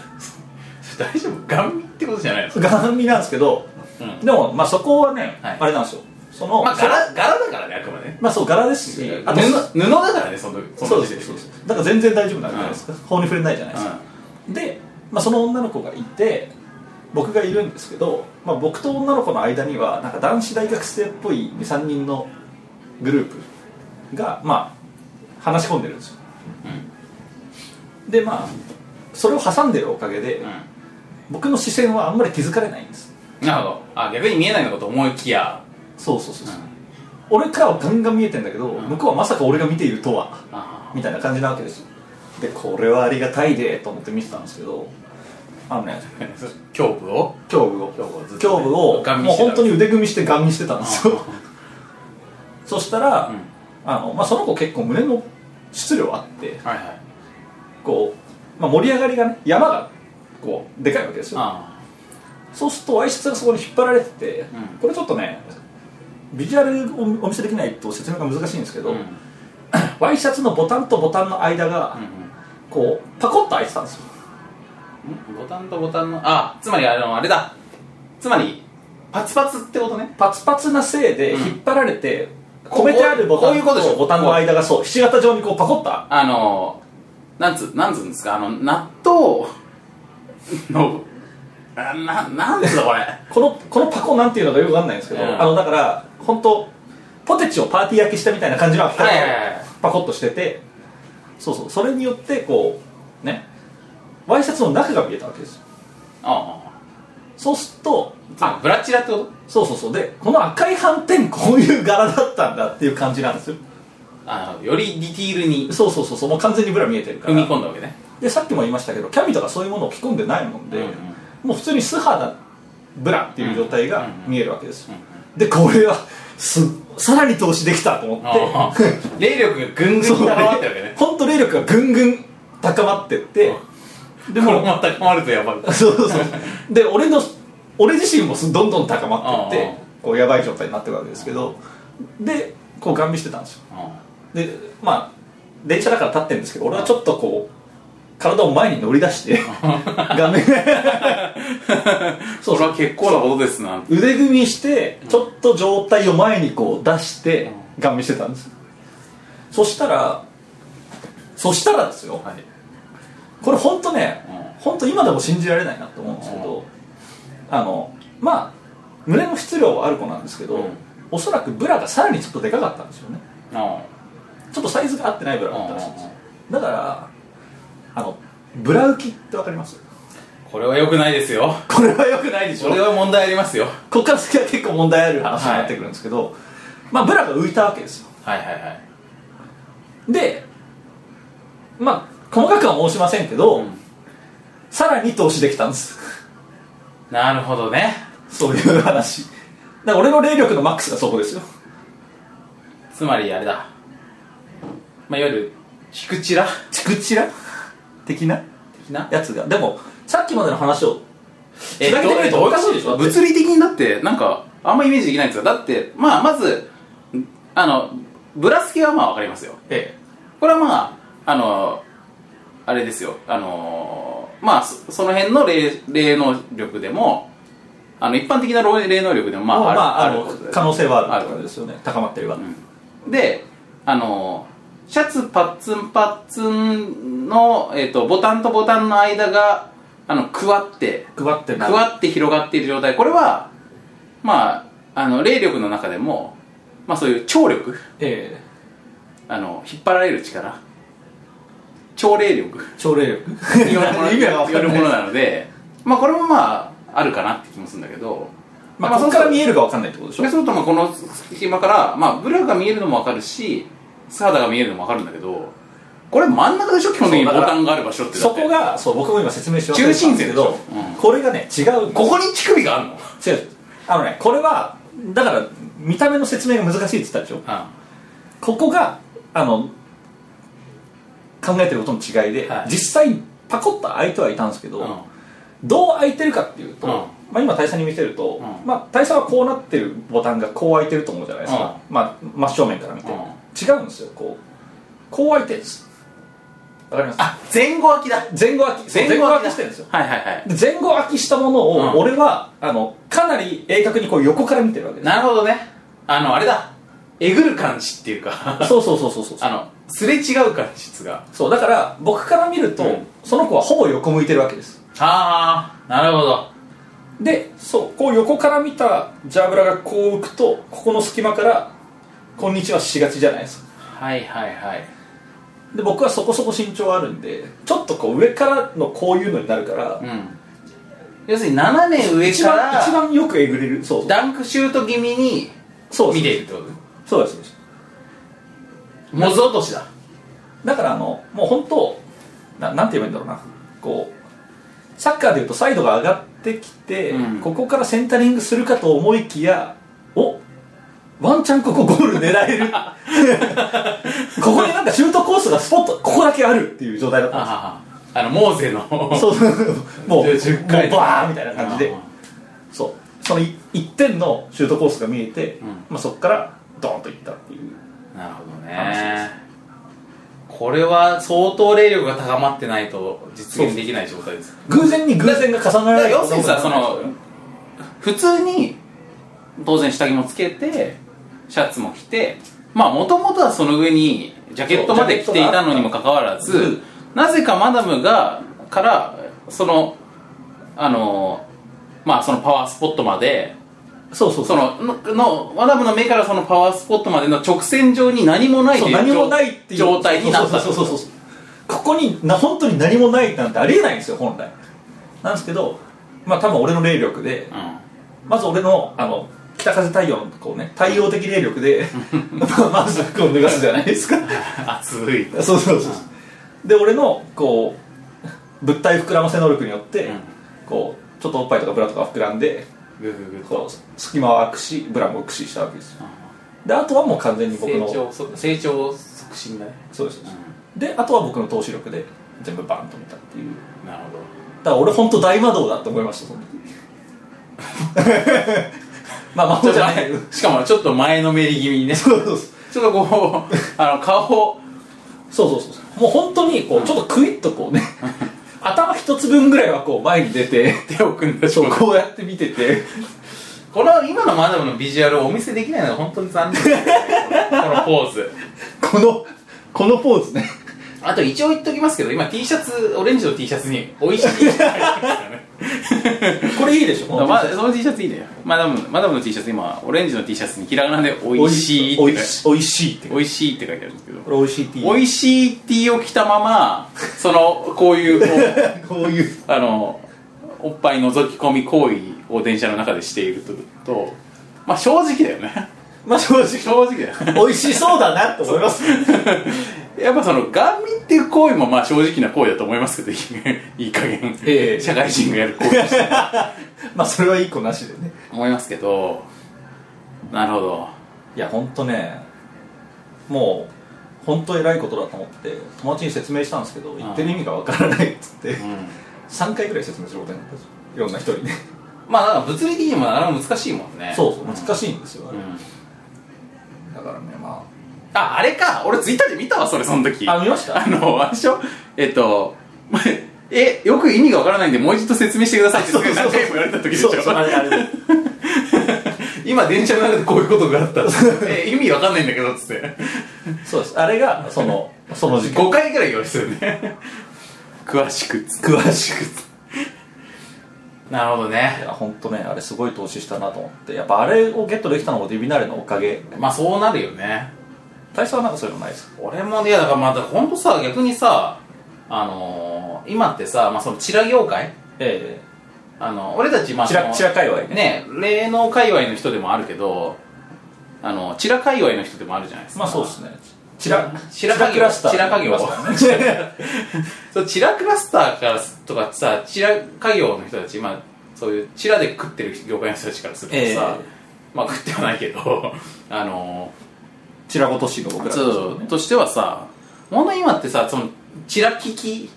S2: 大丈夫ガン見ってことじゃないの
S3: ガン見なんですけど
S2: うん
S3: でもまあそこはね、
S2: はい
S3: あれなんですよその、
S2: まあ
S3: その
S2: 柄柄だからねあくまでね
S3: まあそう柄ですしあと
S2: 布布だからねその時
S3: そう
S2: の
S3: で
S2: 時点
S3: すそうですだから全然大丈夫なんじゃないですか、法に触れないじゃないですか、で、まあ、その女の子がいて僕がいるんですけど、まあ、僕と女の子の間にはなんか男子大学生っぽい23人のグループがまあ話し込んでるんですよ、でまあそれを挟んでるおかげで、
S2: うん
S3: 僕の視線はあんまり気づかれないんです
S2: うんなるほどあ逆に見えないのかと思いきや
S3: そうそうそうそう、俺からはガンガン見えてんだけど、
S2: ん
S3: 向こうはまさか俺が見ているとは
S2: あ
S3: みたいな感じなわけですよでこれはありがたいでと思って見てたんですけどあのね
S2: 胸部を
S3: 胸部を
S2: 胸部をずっとね
S3: 胸部を
S2: ガン見
S3: もう
S2: してた
S3: 本当に腕組みしてガン見してたんですよそしたら、
S2: うん
S3: あのまあ、その子結構胸の質量あって
S2: はいはい
S3: こう、まあ、盛り上がりがね山がこうでかいわけですよ
S2: あ
S3: そうするとワイシャツがそこに引っ張られてて、
S2: うん
S3: これちょっとねビジュアルをお見せできないと説明が難しいんですけ
S2: あ
S3: ど、ワイシャツのボタンとボタンの間がこうパコッと開いてたんですよ
S2: ボタンとボタンのあつまりあのあれだつまりパツパツってことね
S3: パツパツなせいで
S2: うん
S3: 引っ張られて、
S2: こ
S3: 込めてあるボタ
S2: こうい
S3: ン
S2: うことでしょ
S3: とボタンの間がそうひし形状にこうパコッと
S2: あのなんつなんつうんですかあの納豆のあななんつうのこれ
S3: このこのパコなんていうのがよくわかんないんですけど、
S2: うん
S3: あのだから本当ポテチをパーティー焼きしたみたいな感じの開け方を
S2: はいはいはい
S3: パコッとしててそうそうそれによってこうねワイシャツの中が見えたわけですよ
S2: あ
S3: そうすると
S2: あブラチラってこと
S3: そうそうそうでこの赤い斑点こういう柄だったんだっていう感じなんですよ
S2: あよりディティールに
S3: そうそうそうそうもう完全にブラ見えてるから
S2: 踏み込んだわけね
S3: でさっきも言いましたけどキャビとかそういうものを着込んでないもんで、
S2: うんうん
S3: もう普通に素肌ブラっていう状態が
S2: うん
S3: 見えるわけですよ、
S2: うん
S3: でこれはすさらに投資できたと思
S2: あ
S3: って
S2: ー霊力がぐんぐん
S3: そ
S2: 高
S3: う
S2: まってるわけね
S3: 本当霊力がぐんぐん高まってって、
S2: でもまた高まるとやばい
S3: そう そうそうで俺の俺自身もすどんどん高まっていっ
S2: あ
S3: て
S2: あ
S3: こうやばい状態になってるわけですけどでこうガン見してたんですよでまあ電車だから立ってるんですけど俺はちょっとこう体を前に乗り出して画面
S2: それは結構なことですな
S3: 腕組みしてちょっと上体を前にこう出してガン見してたんですそしたらそしたらですよ
S2: はい
S3: これ本当ね
S2: う
S3: 本当今でも信じられないなと思うんですけどあのまあ胸の質量はある子なんですけど、
S2: うん
S3: おそらくブラがさらにちょっとでかかったんですよね
S2: あ
S3: ちょっとサイズが合ってないブラだったらしいんです
S2: うん
S3: よだからあのブラ浮きってわかります
S2: ーこれは良くないですよ
S3: これはよくないでし
S2: これ
S3: ょ
S2: は問題ありますよ
S3: こっから先は結構問題ある話になってくるんですけど、まあブラが浮いたわけですよ
S2: はいはいはい
S3: でまあ細かくは申しませんけど、
S2: ん
S3: さらに投資できたんです
S2: なるほどね
S3: そういう話だから俺の霊力のマックスがそこですよ
S2: つまりあれだまあいわゆるひくちら
S3: チクチラ的な
S2: 的な
S3: やつがでもさっきまでの話を
S2: え
S3: だけで見ると
S2: ど
S3: おかしいでしょ
S2: 物理的にだってなんかあんまイメージできないんですよだってまあまずあのぶらつきはまあわかりますよ
S3: え
S2: これはまああのあれですよあのまあそその辺の霊霊能力でもあの一般的な霊霊能力でもま
S3: まあ、
S2: あある,、る
S3: まあ、あの
S2: ことです
S3: 可能性はあるっ
S2: あ
S3: てこ
S2: る
S3: とですよね高まってれば、
S2: であのシャツパッツンパッツンの、えっとボタンとボタンの間があのくわって
S3: 配って
S2: く
S3: な
S2: わって広がっている状態これはまああの霊力の中でも、まあ、そういう張力
S3: え
S2: あの引っ張られる力超霊力
S3: え超霊力
S2: によるもの
S3: 意味が分か
S2: よ
S3: ん
S2: る
S3: ない
S2: ものなのでまあこれもまああるかなって気もするんだけど
S3: まあ、ここから見
S2: え
S3: えるか分かんないってことでしょ
S2: そうするとまあこの隙間から、まあ、ブラが見えるのもわかるし素肌が見えるのもわかるんだけどこれ真ん中でしょ基本的に
S3: そ
S2: ボ
S3: うだから
S2: タンがある場所ってだ
S3: そ
S2: って
S3: こがそう僕も今説明しようと
S2: 中心
S3: して
S2: 線で
S3: たん
S2: しょ
S3: ですけど、
S2: うん
S3: これがね違う
S2: ここに乳首があるの
S3: 違うあのねこれはだから見た目の説明が難しいって言ったでしょ
S2: あ
S3: ここがあの考えてることの違いで、
S2: はい
S3: 実際パコッと開いてはいたんですけど、
S2: うん
S3: どう開いてるかっていうと、
S2: うん
S3: まあ、今大佐に見せると、
S2: うん
S3: まあ、大佐はこうなってるボタンがこう開いてると思うじゃないですか、まあ、真正面から見て、
S2: うん
S3: 違うんですよこうこう開いてるんですわかります
S2: あ前後空きだ
S3: 前後開き前後開きしてるんですよ
S2: はいはいはい
S3: で前後開きしたものを、
S2: うん
S3: 俺はあのかなり鋭角にこう横から見てるわけです
S2: なるほどねあのあれだえぐる感じっていうか
S3: そうそうそうそうそう
S2: あのすれ違う感じ質が
S3: そうだから僕から見ると、
S2: うん
S3: その子はほぼ横向いてるわけです
S2: ああなるほど
S3: でそうこう横から見たジャブラがこう浮くとここの隙間から「こんにちは」しがちじゃないですか
S2: はいはいはい
S3: で僕はそこそこ身長あるんでちょっとこう上からのこういうのになるから、
S2: うん要するに斜め上
S3: 一
S2: か
S3: 番一
S2: ら
S3: 番よくえぐれるそうそう
S2: ダンクシュート気味に
S3: そうで
S2: 見
S3: す
S2: ているってこと
S3: そうですそうです
S2: モズ落としだ
S3: だからあのもう本当ななんて言えばいいんだろうなこうサッカーでいうとサイドが上がってきて、
S2: うん
S3: ここからセンタリングするかと思いきやおワンチャンここゴール狙える ここになんかシュートコースがスポットここだけあるっていう状態だったんで
S2: あああのモーゼの
S3: すそうそうもうもうバ
S2: 10回
S3: ーンみたいな感じで
S2: あ
S3: そうその1点のシュートコースが見えて、
S2: うん
S3: まあ、そこからドーンといったっていう
S2: あ なるほど
S3: 話
S2: ねこれは相当霊力が高まってないと実現できない状態です
S3: 偶然に偶然が重
S2: だ
S3: なら
S2: か
S3: な
S2: ら
S3: い
S2: 要するにさその普通に当然下着もつけてシャツも着てまあもともとはその上にジャケットまで着ていたのにもかかわら
S3: そうジャケ
S2: ず
S3: ッ
S2: なぜかマダムがからそのあのまあそのパワースポットまで
S3: そうそうそ
S2: そ
S3: う
S2: のののマダムの目からそのパワースポットまでの直線上に何もないと
S3: そう
S2: いう
S3: 何もないっていう
S2: 状態になった
S3: そうそうそうそうここにな本当に何もないなんてありえないんですよ本来なんですけどまあ多分俺の霊力で
S2: うん
S3: まず俺のあの着北風太陽のこうね太陽的霊力でまあまず服を脱がすじゃないですか
S2: 熱い
S3: そうそうそうで俺のこう物体膨らませ能力によって、
S2: うん
S3: こうちょっとおっぱいとかブラとか膨らんで
S2: グググ
S3: こう隙間を空くしブラも駆使したわけですよ
S2: あ
S3: であとはもう完全に僕
S2: 成
S3: の
S2: 長そ成長促進だね
S3: そうです、であとは僕の投資力で全部バンと見たっていう
S2: なるほど
S3: だから俺本当大魔道だと思いましたそ の時まあ魔
S2: ちょ
S3: 法
S2: っ
S3: じ
S2: と
S3: ゃない
S2: 前しかもちょっと前のめり気味にねちょっ
S3: そうそう
S2: とこうあの顔を
S3: そうそうそうもう本当にこうちょっとクイッと こうね頭一つ分ぐらいはこう前に出て
S2: 手を組んだ
S3: そう
S2: こ
S3: こうやって見てて
S2: この今のマダムのビジュアルをお見せできないのが本当に残念ですねこのポーズ
S3: このこのポーズね
S2: あと一応言っときますけど今 T シャツオレンジの T シャツに美 味しい T シャツ入ってますからね
S3: これいいでしょこの
S2: ま
S3: T シャツ
S2: その T シャツいいねマダムマダムの T シャツ今オレンジの T シャツにひらがなで美味しいって
S3: お
S2: 書い
S3: い
S2: て
S3: しおいしいってこ
S2: 美味しいって書いてあるんですけど
S3: れおいしいって
S2: 美味しい T を着たままそのこういうこう
S3: こういう
S2: あのおっぱい覗き込み行為を電車の中でしているととまあ正直だよね
S3: まあ正直
S2: 正直 だよね
S3: 美味しそうだなと思います
S2: やっぱそのガン見っていう行為もまあ正直な行為だと思いますけどいい 加減、
S3: ええ
S2: 社会人がやる行為だと
S3: まあそれは一個なしでね
S2: 思いますけどなるほど
S3: いや本当ねもう本当偉いことだと思って友達に説明したんですけど言ってる意味がわからないっつって、
S2: うん
S3: 3回ぐらい説明することになったんですよいろんな人にね
S2: まあだから物理的にもあれも難しいもんね
S3: そうそう
S2: うん
S3: 難しいんですよあ
S2: う
S3: れ、
S2: ん
S3: だからねま
S2: ああれか俺ツイッターで見たわそれその時
S3: ああ見ました
S2: あの、あれでしょえっと、 え、よく意味がわからないんで、もう一度説明してくださいって何回も言われた時でしょ
S3: そうそうあれあれ
S2: 今、電車の中でこういうことがあったっつってえ、意味わかんないんだけど、つって。
S3: そうですあれがそ のその時間
S2: 5回ぐらい言われてたよね。詳しくっつって
S3: 詳しくい
S2: なるほどね。
S3: や本当ねあれすごい投資したなと思ってやっぱあれをゲットできたのもディビナレのおかげ
S2: まあ、そうなるよね。
S3: 大佐はなんかそういうのないですか
S2: 俺も、いや、だからまだ、ほんとさ、逆にさ、あのー、今ってさ、まあ、その、チラ業界
S3: え
S2: あの、俺たち、まあ、
S3: チラ
S2: その
S3: チラ界隈ね
S2: ね、霊能界隈の人でもあるけど、あの、チラ界隈の人でもあるじゃないですか。
S3: まあそうですねチラ
S2: チラ家業
S3: クラスター
S2: チラ家業
S3: クラスターね
S2: そうチラクラスターからすとかさチラ家業の人たち、まあ、そういうチラで食ってる業界の人たちからするとさ、
S3: ええ
S2: まあ食ってはないけど あの
S3: チラごとしの僕らですよね
S2: そうとしてはさもの今ってさそのチラ聞き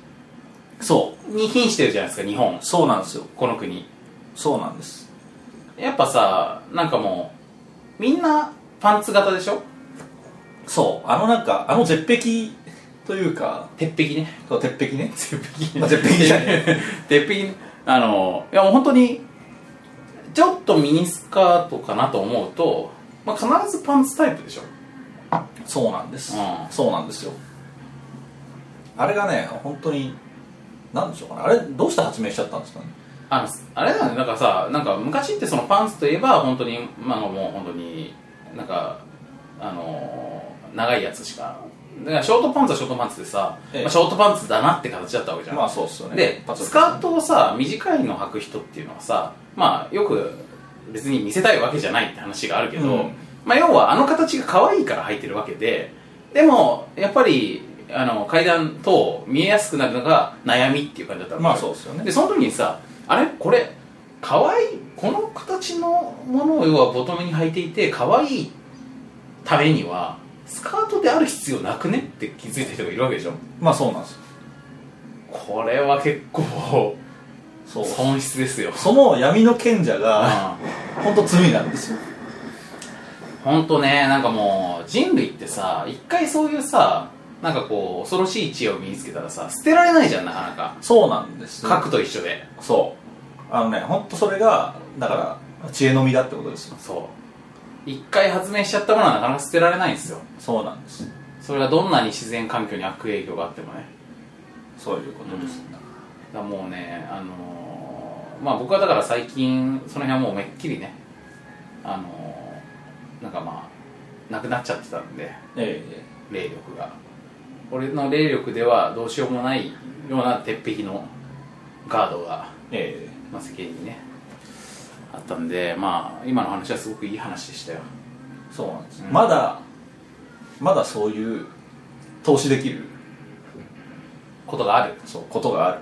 S3: そ
S2: に瀕してるじゃないですか日本
S3: うそうなんですよ
S2: この国
S3: そうなんです
S2: やっぱさなんかもうみんなパンツ型でしょ
S3: そうあのなんかあの絶壁というか
S2: 鉄壁ね
S3: そう鉄壁ね
S2: 絶壁
S3: まあ絶壁じゃね
S2: 絶壁ねあのいやもう本当にちょっとミニスカートかなと思うと、まあ、必ずパンツタイプでしょ
S3: そうなんです、
S2: うん
S3: そうなんですよあれがね本当になんでしょうかねあれどうして発明しちゃったんですかね
S2: あのあれだよねなんかさなんか昔ってそのパンツといえば本当にまあもう本当になんかあの長いやつしかだからショートパンツはショートパンツでさ、
S3: ええ
S2: まあ、ショートパンツだなって形だったわけじゃん、
S3: まあそうっすよね
S2: で
S3: パツ
S2: スカートをさ短いの履く人っていうのはさまあよく別に見せたいわけじゃないって話があるけど、
S3: うん
S2: まあ要はあの形が可愛いから履いてるわけででもやっぱりあの階段等見えやすくなるのが悩みっていう感じだったわけ
S3: まあそうっすよね
S2: でその時にさあれこれ可愛いこの形のものを要はボトムに履いていて可愛いためにはスカートである必要なくねって気づいた人がいるわけでしょ
S3: まあそうなんですよ
S2: これは結構
S3: そう
S2: 損失ですよ
S3: その闇の賢者が本当罪なんですよ
S2: 本当ねなんかもう人類ってさ一回そういうさなんかこう恐ろしい知恵を身につけたらさ捨てられないじゃんなかなか
S3: そうなんですよ
S2: 核と一緒で
S3: そうあのね本当それがだから知恵の実だってことですよ
S2: そう一回発明しちゃったものはなかなか捨てられないんですよ
S3: そうなんです
S2: それがどんなに自然環境に悪影響があってもね
S3: そういうことです、
S2: だからもうねあのーまあ僕はだから最近その辺はもうめっきりねあのーなんかまあなくなっちゃってたんで
S3: ええ
S2: 霊力が俺の霊力ではどうしようもないような鉄壁のガードが、
S3: ええ
S2: まあ、世間にねあったんでまあ今の話はすごくいい話でしたよ
S3: そうなんです、
S2: うん
S3: まだまだそういう投資できる
S2: ことがある
S3: そうことがある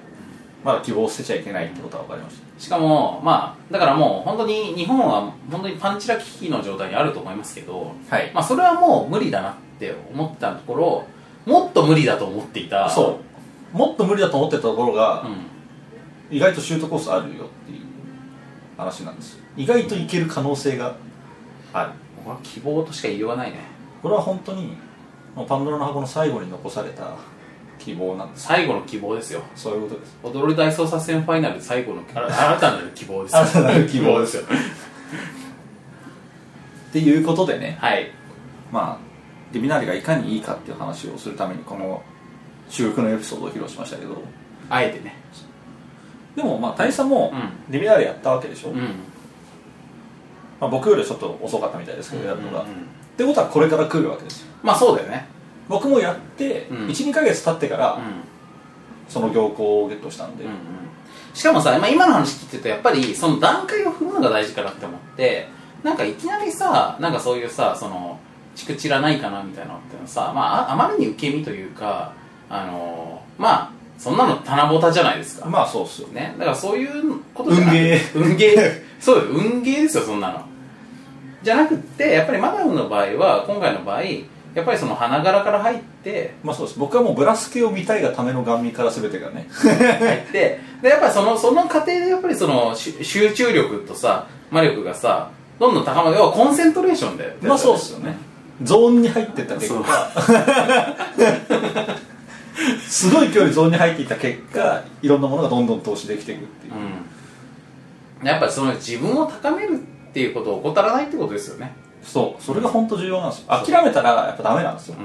S3: まだ希望を捨てちゃいけないってことは分かりました
S2: しかもまあだからもう本当に日本は本当にパンチラ危機の状態にあると思いますけど、
S3: はい
S2: まあ、それはもう無理だなって思ったところもっと無理だと思っていた
S3: そうもっと無理だと思ってたところが、
S2: う
S3: 意外とシュートコースあるよっていう話なんですよ意外といける可能性がある
S2: んこれは希望としか言いようがないね
S3: これは本当にもうパンドラの箱の最後に残された希望なんです
S2: 最後の希望ですよ
S3: そういうことです
S2: 踊る大捜査線ファイナル最後のあら新たなる希望ですよ
S3: 新たなる希望ですよっていうことでね
S2: はい
S3: まあディミナーレがいかにいいかっていう話をするためにこの主力のエピソードを披露しましたけど
S2: あえてね
S3: でもまあ大佐も
S2: う
S3: ディミナーレやったわけでしょ、
S2: うん
S3: まあ、僕よりはちょっと遅かったみたいですけどやるのが、
S2: うんうんうん
S3: ってことはこれから来るわけですよ
S2: まあそうだよね
S3: 僕もやって
S2: うん
S3: 12、ヶ月経ってから、
S2: うん
S3: その行幸をゲットしたんで、
S2: うんうんしかもさ、まあ、今の話聞いてるとやっぱりその段階を踏むのが大事かなって思ってなんかいきなりさなんかそういうさそのチクチラないかなみたいなのってのさ、まあ、ああまりに受け身というかあのーまあそんなの棚ぼたじゃないですか、
S3: まあそうっすよ
S2: ね、だからそういうことじゃなく
S3: 運ゲ
S2: 運ゲーそうよ運ゲーですよそんなのじゃなくってやっぱりマダムの場合は今回の場合やっぱりその花柄から入って
S3: まあそうです僕はもうブラスケを見たいがための顔見から全てがね
S2: 入ってでやっぱりそのその過程でやっぱりそのし集中力とさ魔力がさどんどん高まる要はコンセントレーションだよ
S3: まあそうっすよねゾーンに入ってった結果すごい距離ゾーンに入っていった結果いろんなものがどんどん投資できていくっていう、
S2: うんやっぱりその自分を高めるっていうことを怠らないってことですよね
S3: そうそれが本当重要なんですよ諦めたらやっぱダメなんですよ、
S2: だ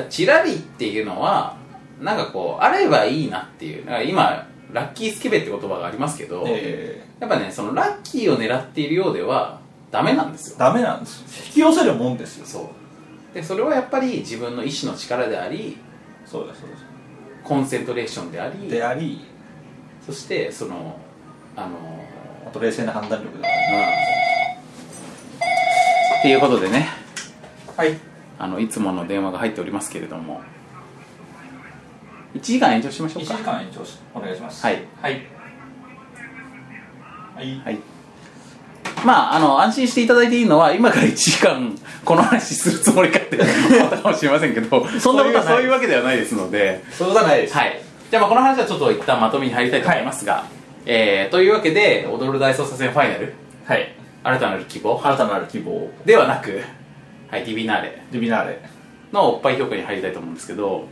S2: からチラリっていうのはなんかこうあればいいなっていうだから今ラッキースケベって言葉がありますけど、
S3: え
S2: やっぱねそのラッキーを狙っているようではダメなんですよ
S3: ーダメなんですよ引き寄せるもんですよ
S2: そうでそれはやっぱり自分の意志の力であり
S3: そうですそうです
S2: コンセントレーションであり
S3: であり
S2: そしてそのあの
S3: あと冷静な判断力だか
S2: ー
S3: ら
S2: っていうことでね
S3: はい
S2: あのいつもの電話が入っておりますけれども1時間延長しましょう
S3: 1
S2: か
S3: 時間延長しお願いします
S2: はい
S3: はいはい
S2: はいまああの安心していただいていいのは今から1時間この話するつもりかって思ったかもしれませんけど
S3: そんなことはない
S2: そういうそういうわけではないですので
S3: そういうことはないです
S2: はいじゃあまあこの話はちょっと一旦まとめに入りたいと思いますが、えーというわけで「踊る大捜査線ファイナル
S3: はい
S2: 新たなる希望
S3: 新たなる希望」
S2: ではなく「はい、ディビナーレ」
S3: ディビナーレ
S2: のおっぱい評価に入りたいと思うんですけど、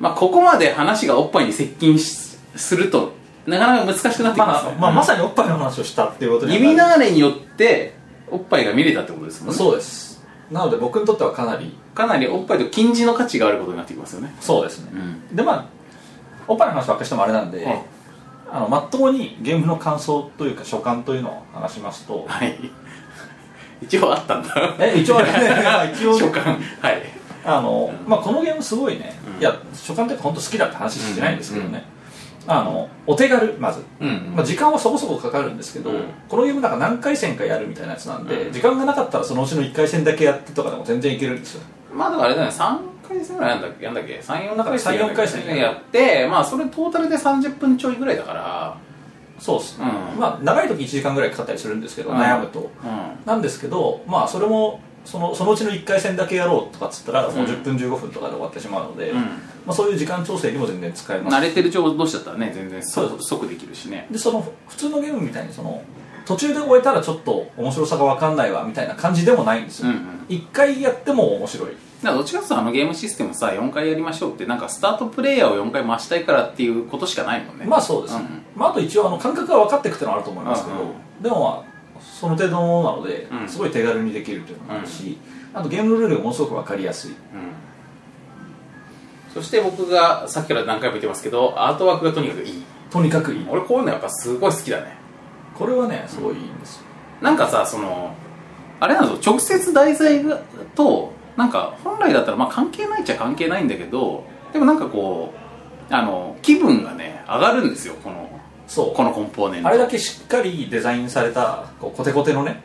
S2: まあ、ここまで話がおっぱいに接近しするとなかなか難しくなってき
S3: ま
S2: ます
S3: あ
S2: ね、
S3: まあ、まさにおっぱいの話をしたっていうことに
S2: リ
S3: は
S2: ミ
S3: な
S2: ナーレによっておっぱいが見れたってことですもんね
S3: るそうですなので僕にとってはかなり
S2: かなりおっぱいと近似の価値があることになってきますよね
S3: そうですね
S2: うん
S3: でまあおっぱいの話ばっかりしてもあれなんで、
S2: はい
S3: あのまっとうにゲームの感想というか所感というのを話しますと
S2: はい 一応あったんだ
S3: え一応 ね一応ね
S2: 所感はい
S3: あの、
S2: うん
S3: まあ、このゲームすごいね、
S2: うん
S3: いや所感というか本当好きだって話してないんですけどね、あのお手軽まず、
S2: うん
S3: まあ、時間はそこそこかかるんですけど、
S2: うん
S3: このゲームなんか何回戦かやるみたいなやつなんで、
S2: うん
S3: 時間がなかったらそのうちの1回戦だけやってとかでも全然いけるんですよ
S2: まあだからあれだね3回戦ぐらいやんだっけやんだっけ34回戦
S3: 3 4回戦
S2: やってまあそれトータルで30分ちょいぐらいだから
S3: そうっす、
S2: うん
S3: まあ長い時1時間ぐらいかかったりするんですけど、
S2: うん
S3: 悩むと
S2: う
S3: なんですけどまあそれもそのそのうちの1回戦だけやろうとかっつったらもう10分15分とかで終わってしまうので、
S2: うん
S3: まあ、そういう時間調整にも全然使え
S2: ん
S3: ます
S2: 慣れてる情報しちゃったらね全然
S3: そ
S2: 即
S3: う
S2: 即できるしね
S3: でその普通のゲームみたいにその途中で終えたらちょっと面白さが分かんないわみたいな感じでもないんですよ、
S2: うんうん
S3: 一回やっても面白い
S2: だからどっちかっていうとあのゲームシステムさ4回やりましょうってなんかスタートプレイヤーを4回回したいからっていうことしかないもんね
S3: まあそうです、
S2: うんうん
S3: まあ、あと一応あの感覚が分かっていくっていうのはあると思いますけど、
S2: うん
S3: でもまあその程度のものなので、
S2: うん
S3: すごい手軽にできるっていうのもあるし、あとゲームのルールがものすごく分かりやすい
S2: うんそして僕がさっきから何回も言ってますけどアートワークがとにかくいい
S3: とにかくいい
S2: 俺こういうのやっぱすごい好きだね
S3: これはねすごいいいんですよ、
S2: なんかさそのあれなんですよ直接題材がとなんか本来だったらまあ関係ないっちゃ関係ないんだけどでもなんかこうあの気分がね上がるんですよこの
S3: そう
S2: このコンポーネント
S3: あれだけしっかりデザインされたこうコテコテのね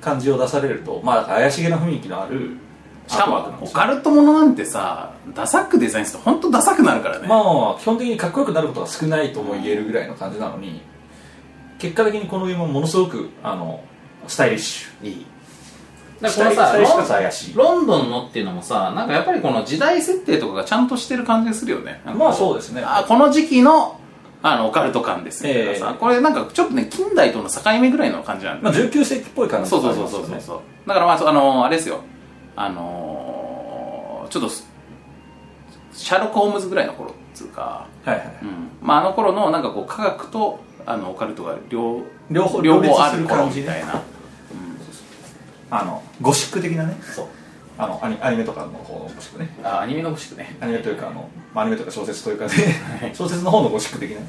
S3: 感じを出されるとまあだから怪しげな雰囲気のある
S2: しか
S3: アートワークな
S2: も
S3: んで
S2: オ
S3: すよ
S2: カルトものなんてさダサくデザインすると本当ダサくなるからね、
S3: まあ基本的にかっこよくなることが少ないとも言えるぐらいの感じなのに結果的にこのゲームはものすごくあのスタイリッシュ
S2: いい
S3: だ
S4: だか
S3: か
S4: らら
S3: このさ
S4: この
S3: ロン
S4: さロンドンのっていうのもさなんかやっぱりこの時代設定とかがちゃんとしてる感じがするよね
S3: まあそう
S4: で
S3: ですね
S2: あこの時期のあのオカルト感ですみたいなさ、
S3: ええ
S2: これなんかちょっとね近代との境目ぐらいの感じなんで、
S3: まあ、19世紀っぽい感じ
S2: そう
S3: が
S2: そう
S3: あり
S2: そうそうそ
S3: ますよ
S2: う
S3: ね
S2: そうだからまあそあのーあれですよあのーちょっとすシャーロック・ホームズぐらいの頃っつうか、
S3: はいはい
S2: うんまあ、あの頃のなんかこう科学とあのオカルトが両
S3: 両方
S2: 両方あ
S3: 両立す
S2: る
S3: る感
S2: 頃
S3: じ
S2: み
S3: ね
S2: たいな
S3: あのゴシック的なねそうあのアニアニメとかの方のゴシックね
S2: あアニメのしくね
S3: アニメというかあの、まあ、アニメとか小説というかね小説の方のゴシック的な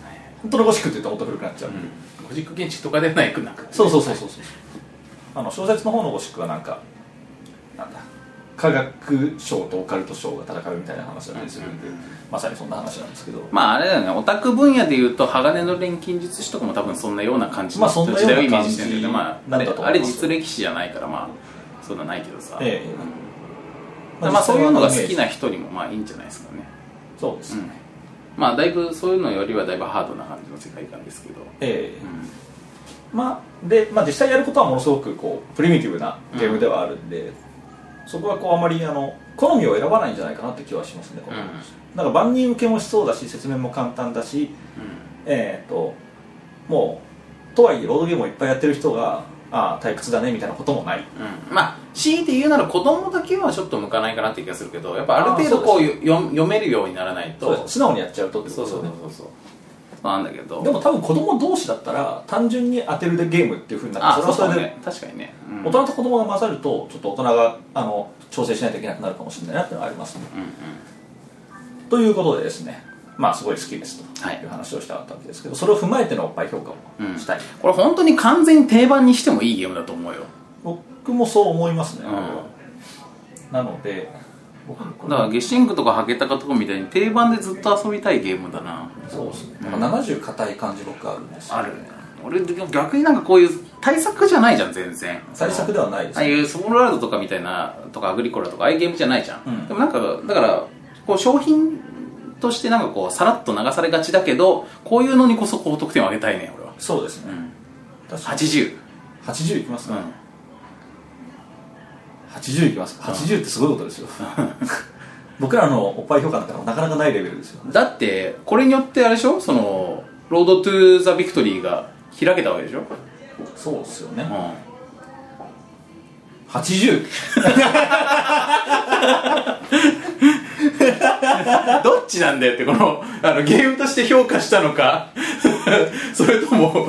S3: 本当のゴシックって言うともっと古くなっちゃう、
S2: ゴジック建築とかではなくなく
S3: そうそうそうそうそうあの小説の方のゴシックはなんかなんだ科学賞とオカルト賞が戦うみたいな話だったりするんで、まさにそんな話なんですけど、
S2: まああれだよねオタク分野でいうと鋼の錬金術師とかも多分そんなような感じ
S3: ま
S2: の
S3: あそん
S2: 時
S3: なよ
S2: 代を
S3: うな
S2: イメージしてるんだけど、
S3: 感じ
S2: まあ、あ
S3: なん
S2: れ
S3: だと思い
S2: あ
S3: ます
S2: れ実歴史じゃないからまあそんなないけどさ、
S3: ええ
S2: まあ、そういうのが好きな人にもまあいいんじゃないですかね、
S3: そうです、
S2: うんまあだいぶそういうのよりはだいぶハードな感じの世界観ですけど、
S3: ええまあでまあ、実際やることはものすごくこうプリミティブなゲームではあるんで、そこはこうあまりあの好みを選ばないんじゃないかなって気はしますね、この
S2: うん
S3: なんか万人受けもしそうだし説明も簡単だし、えっ、ともうとはいえボードゲームをいっぱいやってる人がああ退屈だねみたいなこともない
S2: うんまあ強いて言うなら子供だけはちょっと向かないかなって気がするけどやっぱある程度こう
S3: あー
S2: よ読読めるようにならないと
S3: そうです素直にやっちゃうとってこ
S2: そ
S3: と
S2: うそ
S3: ですよ
S2: う
S3: ね
S2: そうそうそうなんだけど
S3: でも多分子供同士だったら単純に当てるゲームっていうふうにな
S2: あ
S3: って
S2: そう
S3: それ
S2: そ
S3: は
S2: う
S3: それで
S2: ね確かにね、うん
S3: 大人と子供が混ざるとちょっと大人があの調整しないといけなくなるかもしれないなっていうのはありますね、
S2: うんうん
S3: ということでですねまあすごい好きですと
S2: はい
S3: いう話をしたかったわけですけど、それを踏まえてのおっぱい評価をしたい、
S2: これ本当に完全に定番にしてもいいゲームだと思うよ
S3: 僕もそう思いますね、
S2: うん
S3: これはなので僕もこ
S2: だ
S3: れ
S2: からゲシングとかハゲタカとかみたいに定番でずっと遊びたいゲームだな
S3: そうですね、なんか70硬い感じ僕あるんですよね
S2: 俺逆になんかこういう対策じゃないじゃん全然
S3: 対策ではないです
S2: ああ
S3: ね、
S2: いうソールワールドとかみたいなとかアグリコラとかああいうゲームじゃないじゃん、
S3: うん
S2: でもなんかだからこう商品としてなんかこうさらっと流されがちだけどこういうのにこそ高得点を上げたいね俺は
S3: そうですね、
S2: ん
S3: 確かに
S2: 80
S3: 80いきます
S2: う
S3: ね、
S2: ん
S3: 80いきますか80ってすごいことですよ僕らのおっぱい評価なんかなかなかないレベルですよね
S2: だってこれによってあれでしょそのロードトゥーザビクトリーが開けたわけでしょ、う
S3: そうですよね、
S2: ん、
S3: 80
S2: どっちなんだよってこのあのゲームとして評価したのか それとも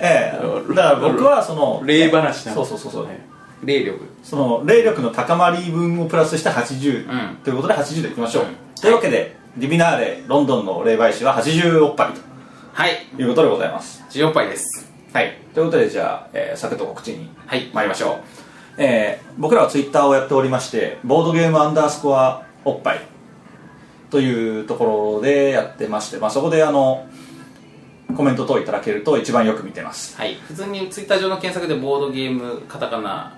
S3: ええだから僕はその
S2: 霊話な
S3: そ
S2: の
S3: うそうそうそう、
S2: 霊力
S3: その霊力の高まり分をプラスして80、
S2: うん
S3: ということで80でいきましょう、
S2: うん
S3: というわけでディビナーレロンドンの霊媒師は80おっぱい
S2: はい
S3: ということでございます
S2: 14杯です
S3: はいということでじゃあ、えーサクッと告知に
S2: はい
S3: 参りましょう、えー僕らはツイッターをやっておりましてボードゲームアンダースコアおっぱいというところでやってまして、まあ、そこであのコメント等いただけると一番よく見てます
S2: はい、普通にツイッター上の検索でボードゲームカタカナ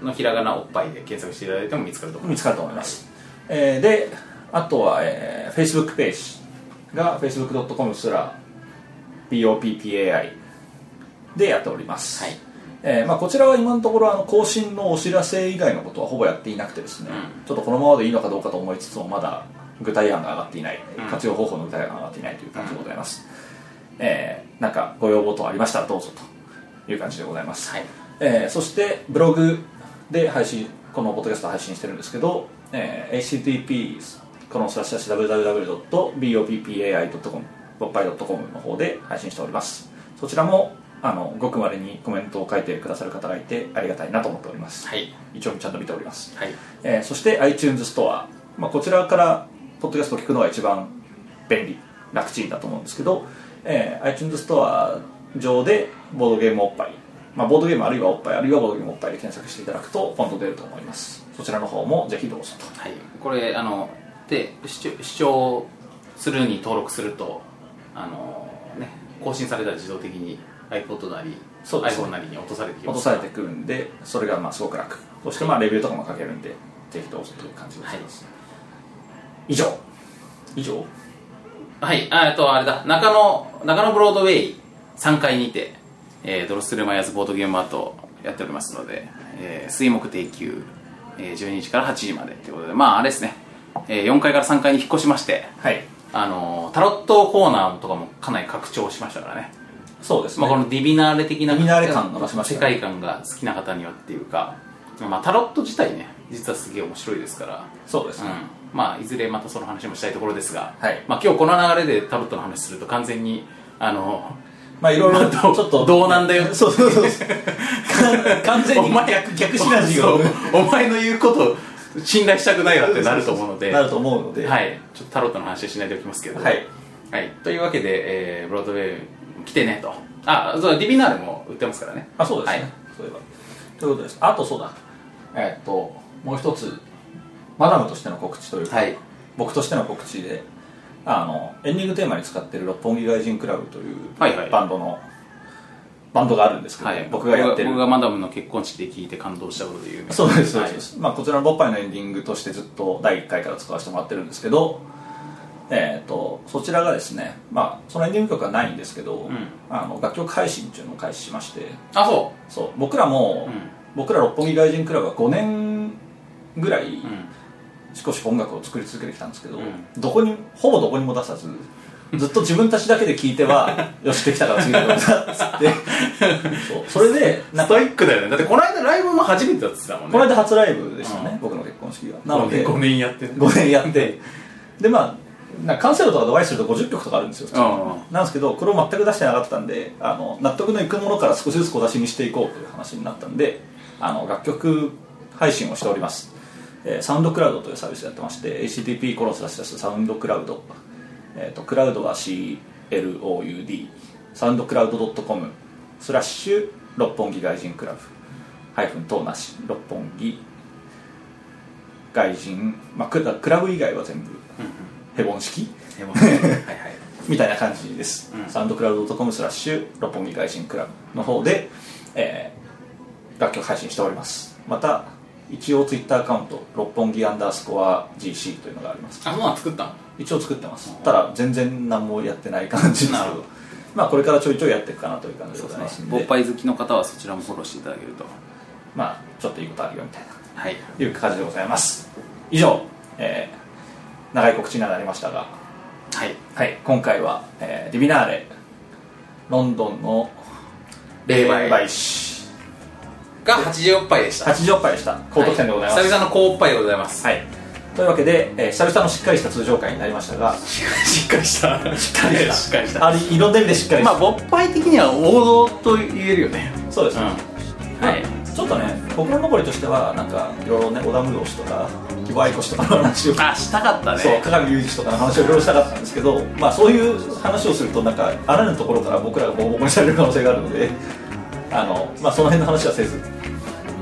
S2: のひらがなおっぱいで検索していただいても見つかると思い
S3: 見
S2: ま
S3: つ
S2: す
S3: かると思います、えーであとは、えー、Facebook ページが facebook.com すら POPPAI でやっております、
S2: はい
S3: えーまあ、こちらは今のところあの更新のお知らせ以外のことはほぼやっていなくてですね、ちょっとこのままでいいのかどうかと思いつつもまだ具体案が上がっていない、
S2: うん
S3: 活用方法の具体案が上がっていないという感じでございます、えーなんかご要望等ありましたらどうぞという感じでございます、
S2: はい
S3: えーそしてブログで配信このポッドキャストを配信してるんですけど、えー http このスラッシュ www.boppai.com ボッパイ .com の方で配信しておりますそちらもあのごくまれにコメントを書いてくださる方がいてありがたいなと思っております、
S2: はい
S3: 一応ちゃんと見ております、
S2: はい
S3: えーそして iTunes ストア、まあ、こちらからポッドキャストを聞くのが一番便利楽ちんだと思うんですけど、えー iTunes ストア上でボードゲームおっぱい、まあ、ボードゲームあるいはおっぱいあるいはボードゲームおっぱいで検索していただくとポンと出ると思いますそちらの方もぜひどうぞと
S2: はいこれあので視聴視聴するに登録するとあのね更新されたら自動的に iPod なり、
S3: そうですね
S2: iPhone なりに落とされてきま
S3: 落と
S2: す
S3: されてくるんでそれがまあすごく楽そしてまあレビューとかも書けるんで適当という感じです、以上以上
S2: はい、ああとあれだ、中野、中野ブロードウェイ3階にて、えードロスルマイヤーズボードゲームアートやっておりますので、えー水木定休、えー12時から8時までということで、まああれですね、え4階から3階に引っ越しまして、
S3: はい
S2: あのータロットコーナーとかもかなり拡張しましたからね。
S3: そうです
S2: ま
S3: ね、
S2: あ、このディビナーレ的な
S3: ディビナーレ感が増しました
S2: 世
S3: ね
S2: 界観が好きな方にはっていうか、まあ、タロット自体ね実はすげえ面白いですから、
S3: そうです
S2: う
S3: ね、
S2: んまあ、いずれまたその話もしたいところですが、
S3: はい
S2: まあ、今日この流れでタロットの話すると完全にあの
S3: まあいろい
S2: ま
S3: ろ
S2: あ
S3: ちょ
S2: ど
S3: っと
S2: どうなんだよ
S3: そうそ うそうそうか完全に逆逆シナジーが
S2: そう お前の言うことを信頼したくないわってなると思うので
S3: なると思うのでは、
S2: はいい、ちょっとタロットの話はしないでおきますけど、
S3: はい
S2: はいというわけで、えーブロードウェイ来てねとあそうディビナーレも売ってますからね
S3: あそうですね、
S2: はい
S3: そういえばということですあとそうだえーっともう一つマダムとしての告知というか、
S2: はい
S3: 僕としての告知であのエンディングテーマに使ってる六本木外人クラブという
S2: はいはい
S3: バンドの、バンドがあるんですけど、
S2: はい、
S3: 僕がやってる
S2: 僕がマダムの結婚式で聞いて感動したことで有名
S3: そうですそう
S2: はい
S3: です、まあ、こちらの「ボッパイ」のエンディングとしてずっと第1回から使わせてもらってるんですけど、えー、とそちらがですね、まあ、そのエンディング曲はないんですけど、
S2: ん
S3: あの楽曲配信っていうのを開始しまして
S2: あそ
S3: そう僕らも、
S2: うん
S3: 僕ら六本木外人クラブは5年ぐらい、
S2: ううん
S3: 少し音楽を作り続けてきたんですけど、
S2: うん
S3: どこにほぼどこにも出さずずっと自分たちだけで聞いて はよしできたから次の曲だっつってそうそれでなん
S2: ス
S3: か
S2: トイックだよねだってこの間ライブも初めてだって言ってたもんね
S3: この間初ライブでしたね、
S2: うん
S3: 僕の結婚式がなので
S2: 5年やってる
S3: 5年やってでまあなんか完成度とかでお会いすると50曲とかあるんですよ普通
S2: うん
S3: なんですけどこれを全く出してなかったんであの納得のいくものから少しずつ小出しにしていこうという話になったんであの楽曲配信をしております、えーサウンドクラウドというサービスをやってまして HTTP コロンスラスラスサウンドクラウド、えー、とクラウドは CLOUD サウンドクラウド .com スラッシュ六本木外人クラブハイフン等なし六本木外人、まあ、クラクラブ以外は全部ヘボン式
S2: でもはいはい
S3: みたいな感じです、
S2: うん
S3: サウンドクラウド .com スラッシュ六本木外信クラブの方で、えー楽曲配信しておりますまた一応ツイッターアカウント六本木アンダースコア GC というのがあります
S2: あそうなん作ったの
S3: 一応作ってます
S2: うん
S3: ただ全然何もやってない感じですけ
S2: なるほ
S3: ど
S2: ど
S3: まあこれからちょいちょいやっていくかなという感じでございますん
S2: ボ
S3: で
S2: ッパイ好きの方はそちらもフォローしていただけると
S3: まあちょっといいことあるよみたいな
S2: はい
S3: いう感じでございます以上、えー長い告知にはなりましたが
S2: はい
S3: はい、今回は、えーディビナーレロンドンの
S2: 霊媒
S3: 師
S2: が84杯でした
S3: 80杯でした高得点でございます、
S2: は久々の高おっぱいでございます
S3: はい、というわけで、えー久々のしっかりした通常回になりましたが
S2: しっかりした しっかりしたしっかりした
S3: あいろんな意味でしっかりし
S2: ま
S3: た、
S2: あボッパイ的には王道と言えるよね
S3: そうです
S2: うん
S3: ね、
S2: はい
S3: ちょっとね心残りとしてはなんかいろいろね織田室氏とか木場愛子氏とかの話を
S2: あしたかったね
S3: そう鏡雄二氏とかの話をいろいろしたかったんですけど、まあ、そういう話をするとなんかあらぬところから僕らがボコボコにされる可能性があるのであの、まあ、その辺の話はせず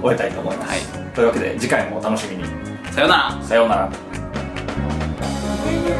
S3: 終えたいと思います、というわけで次回もお楽しみに
S2: さよなら
S3: さようなら
S1: 「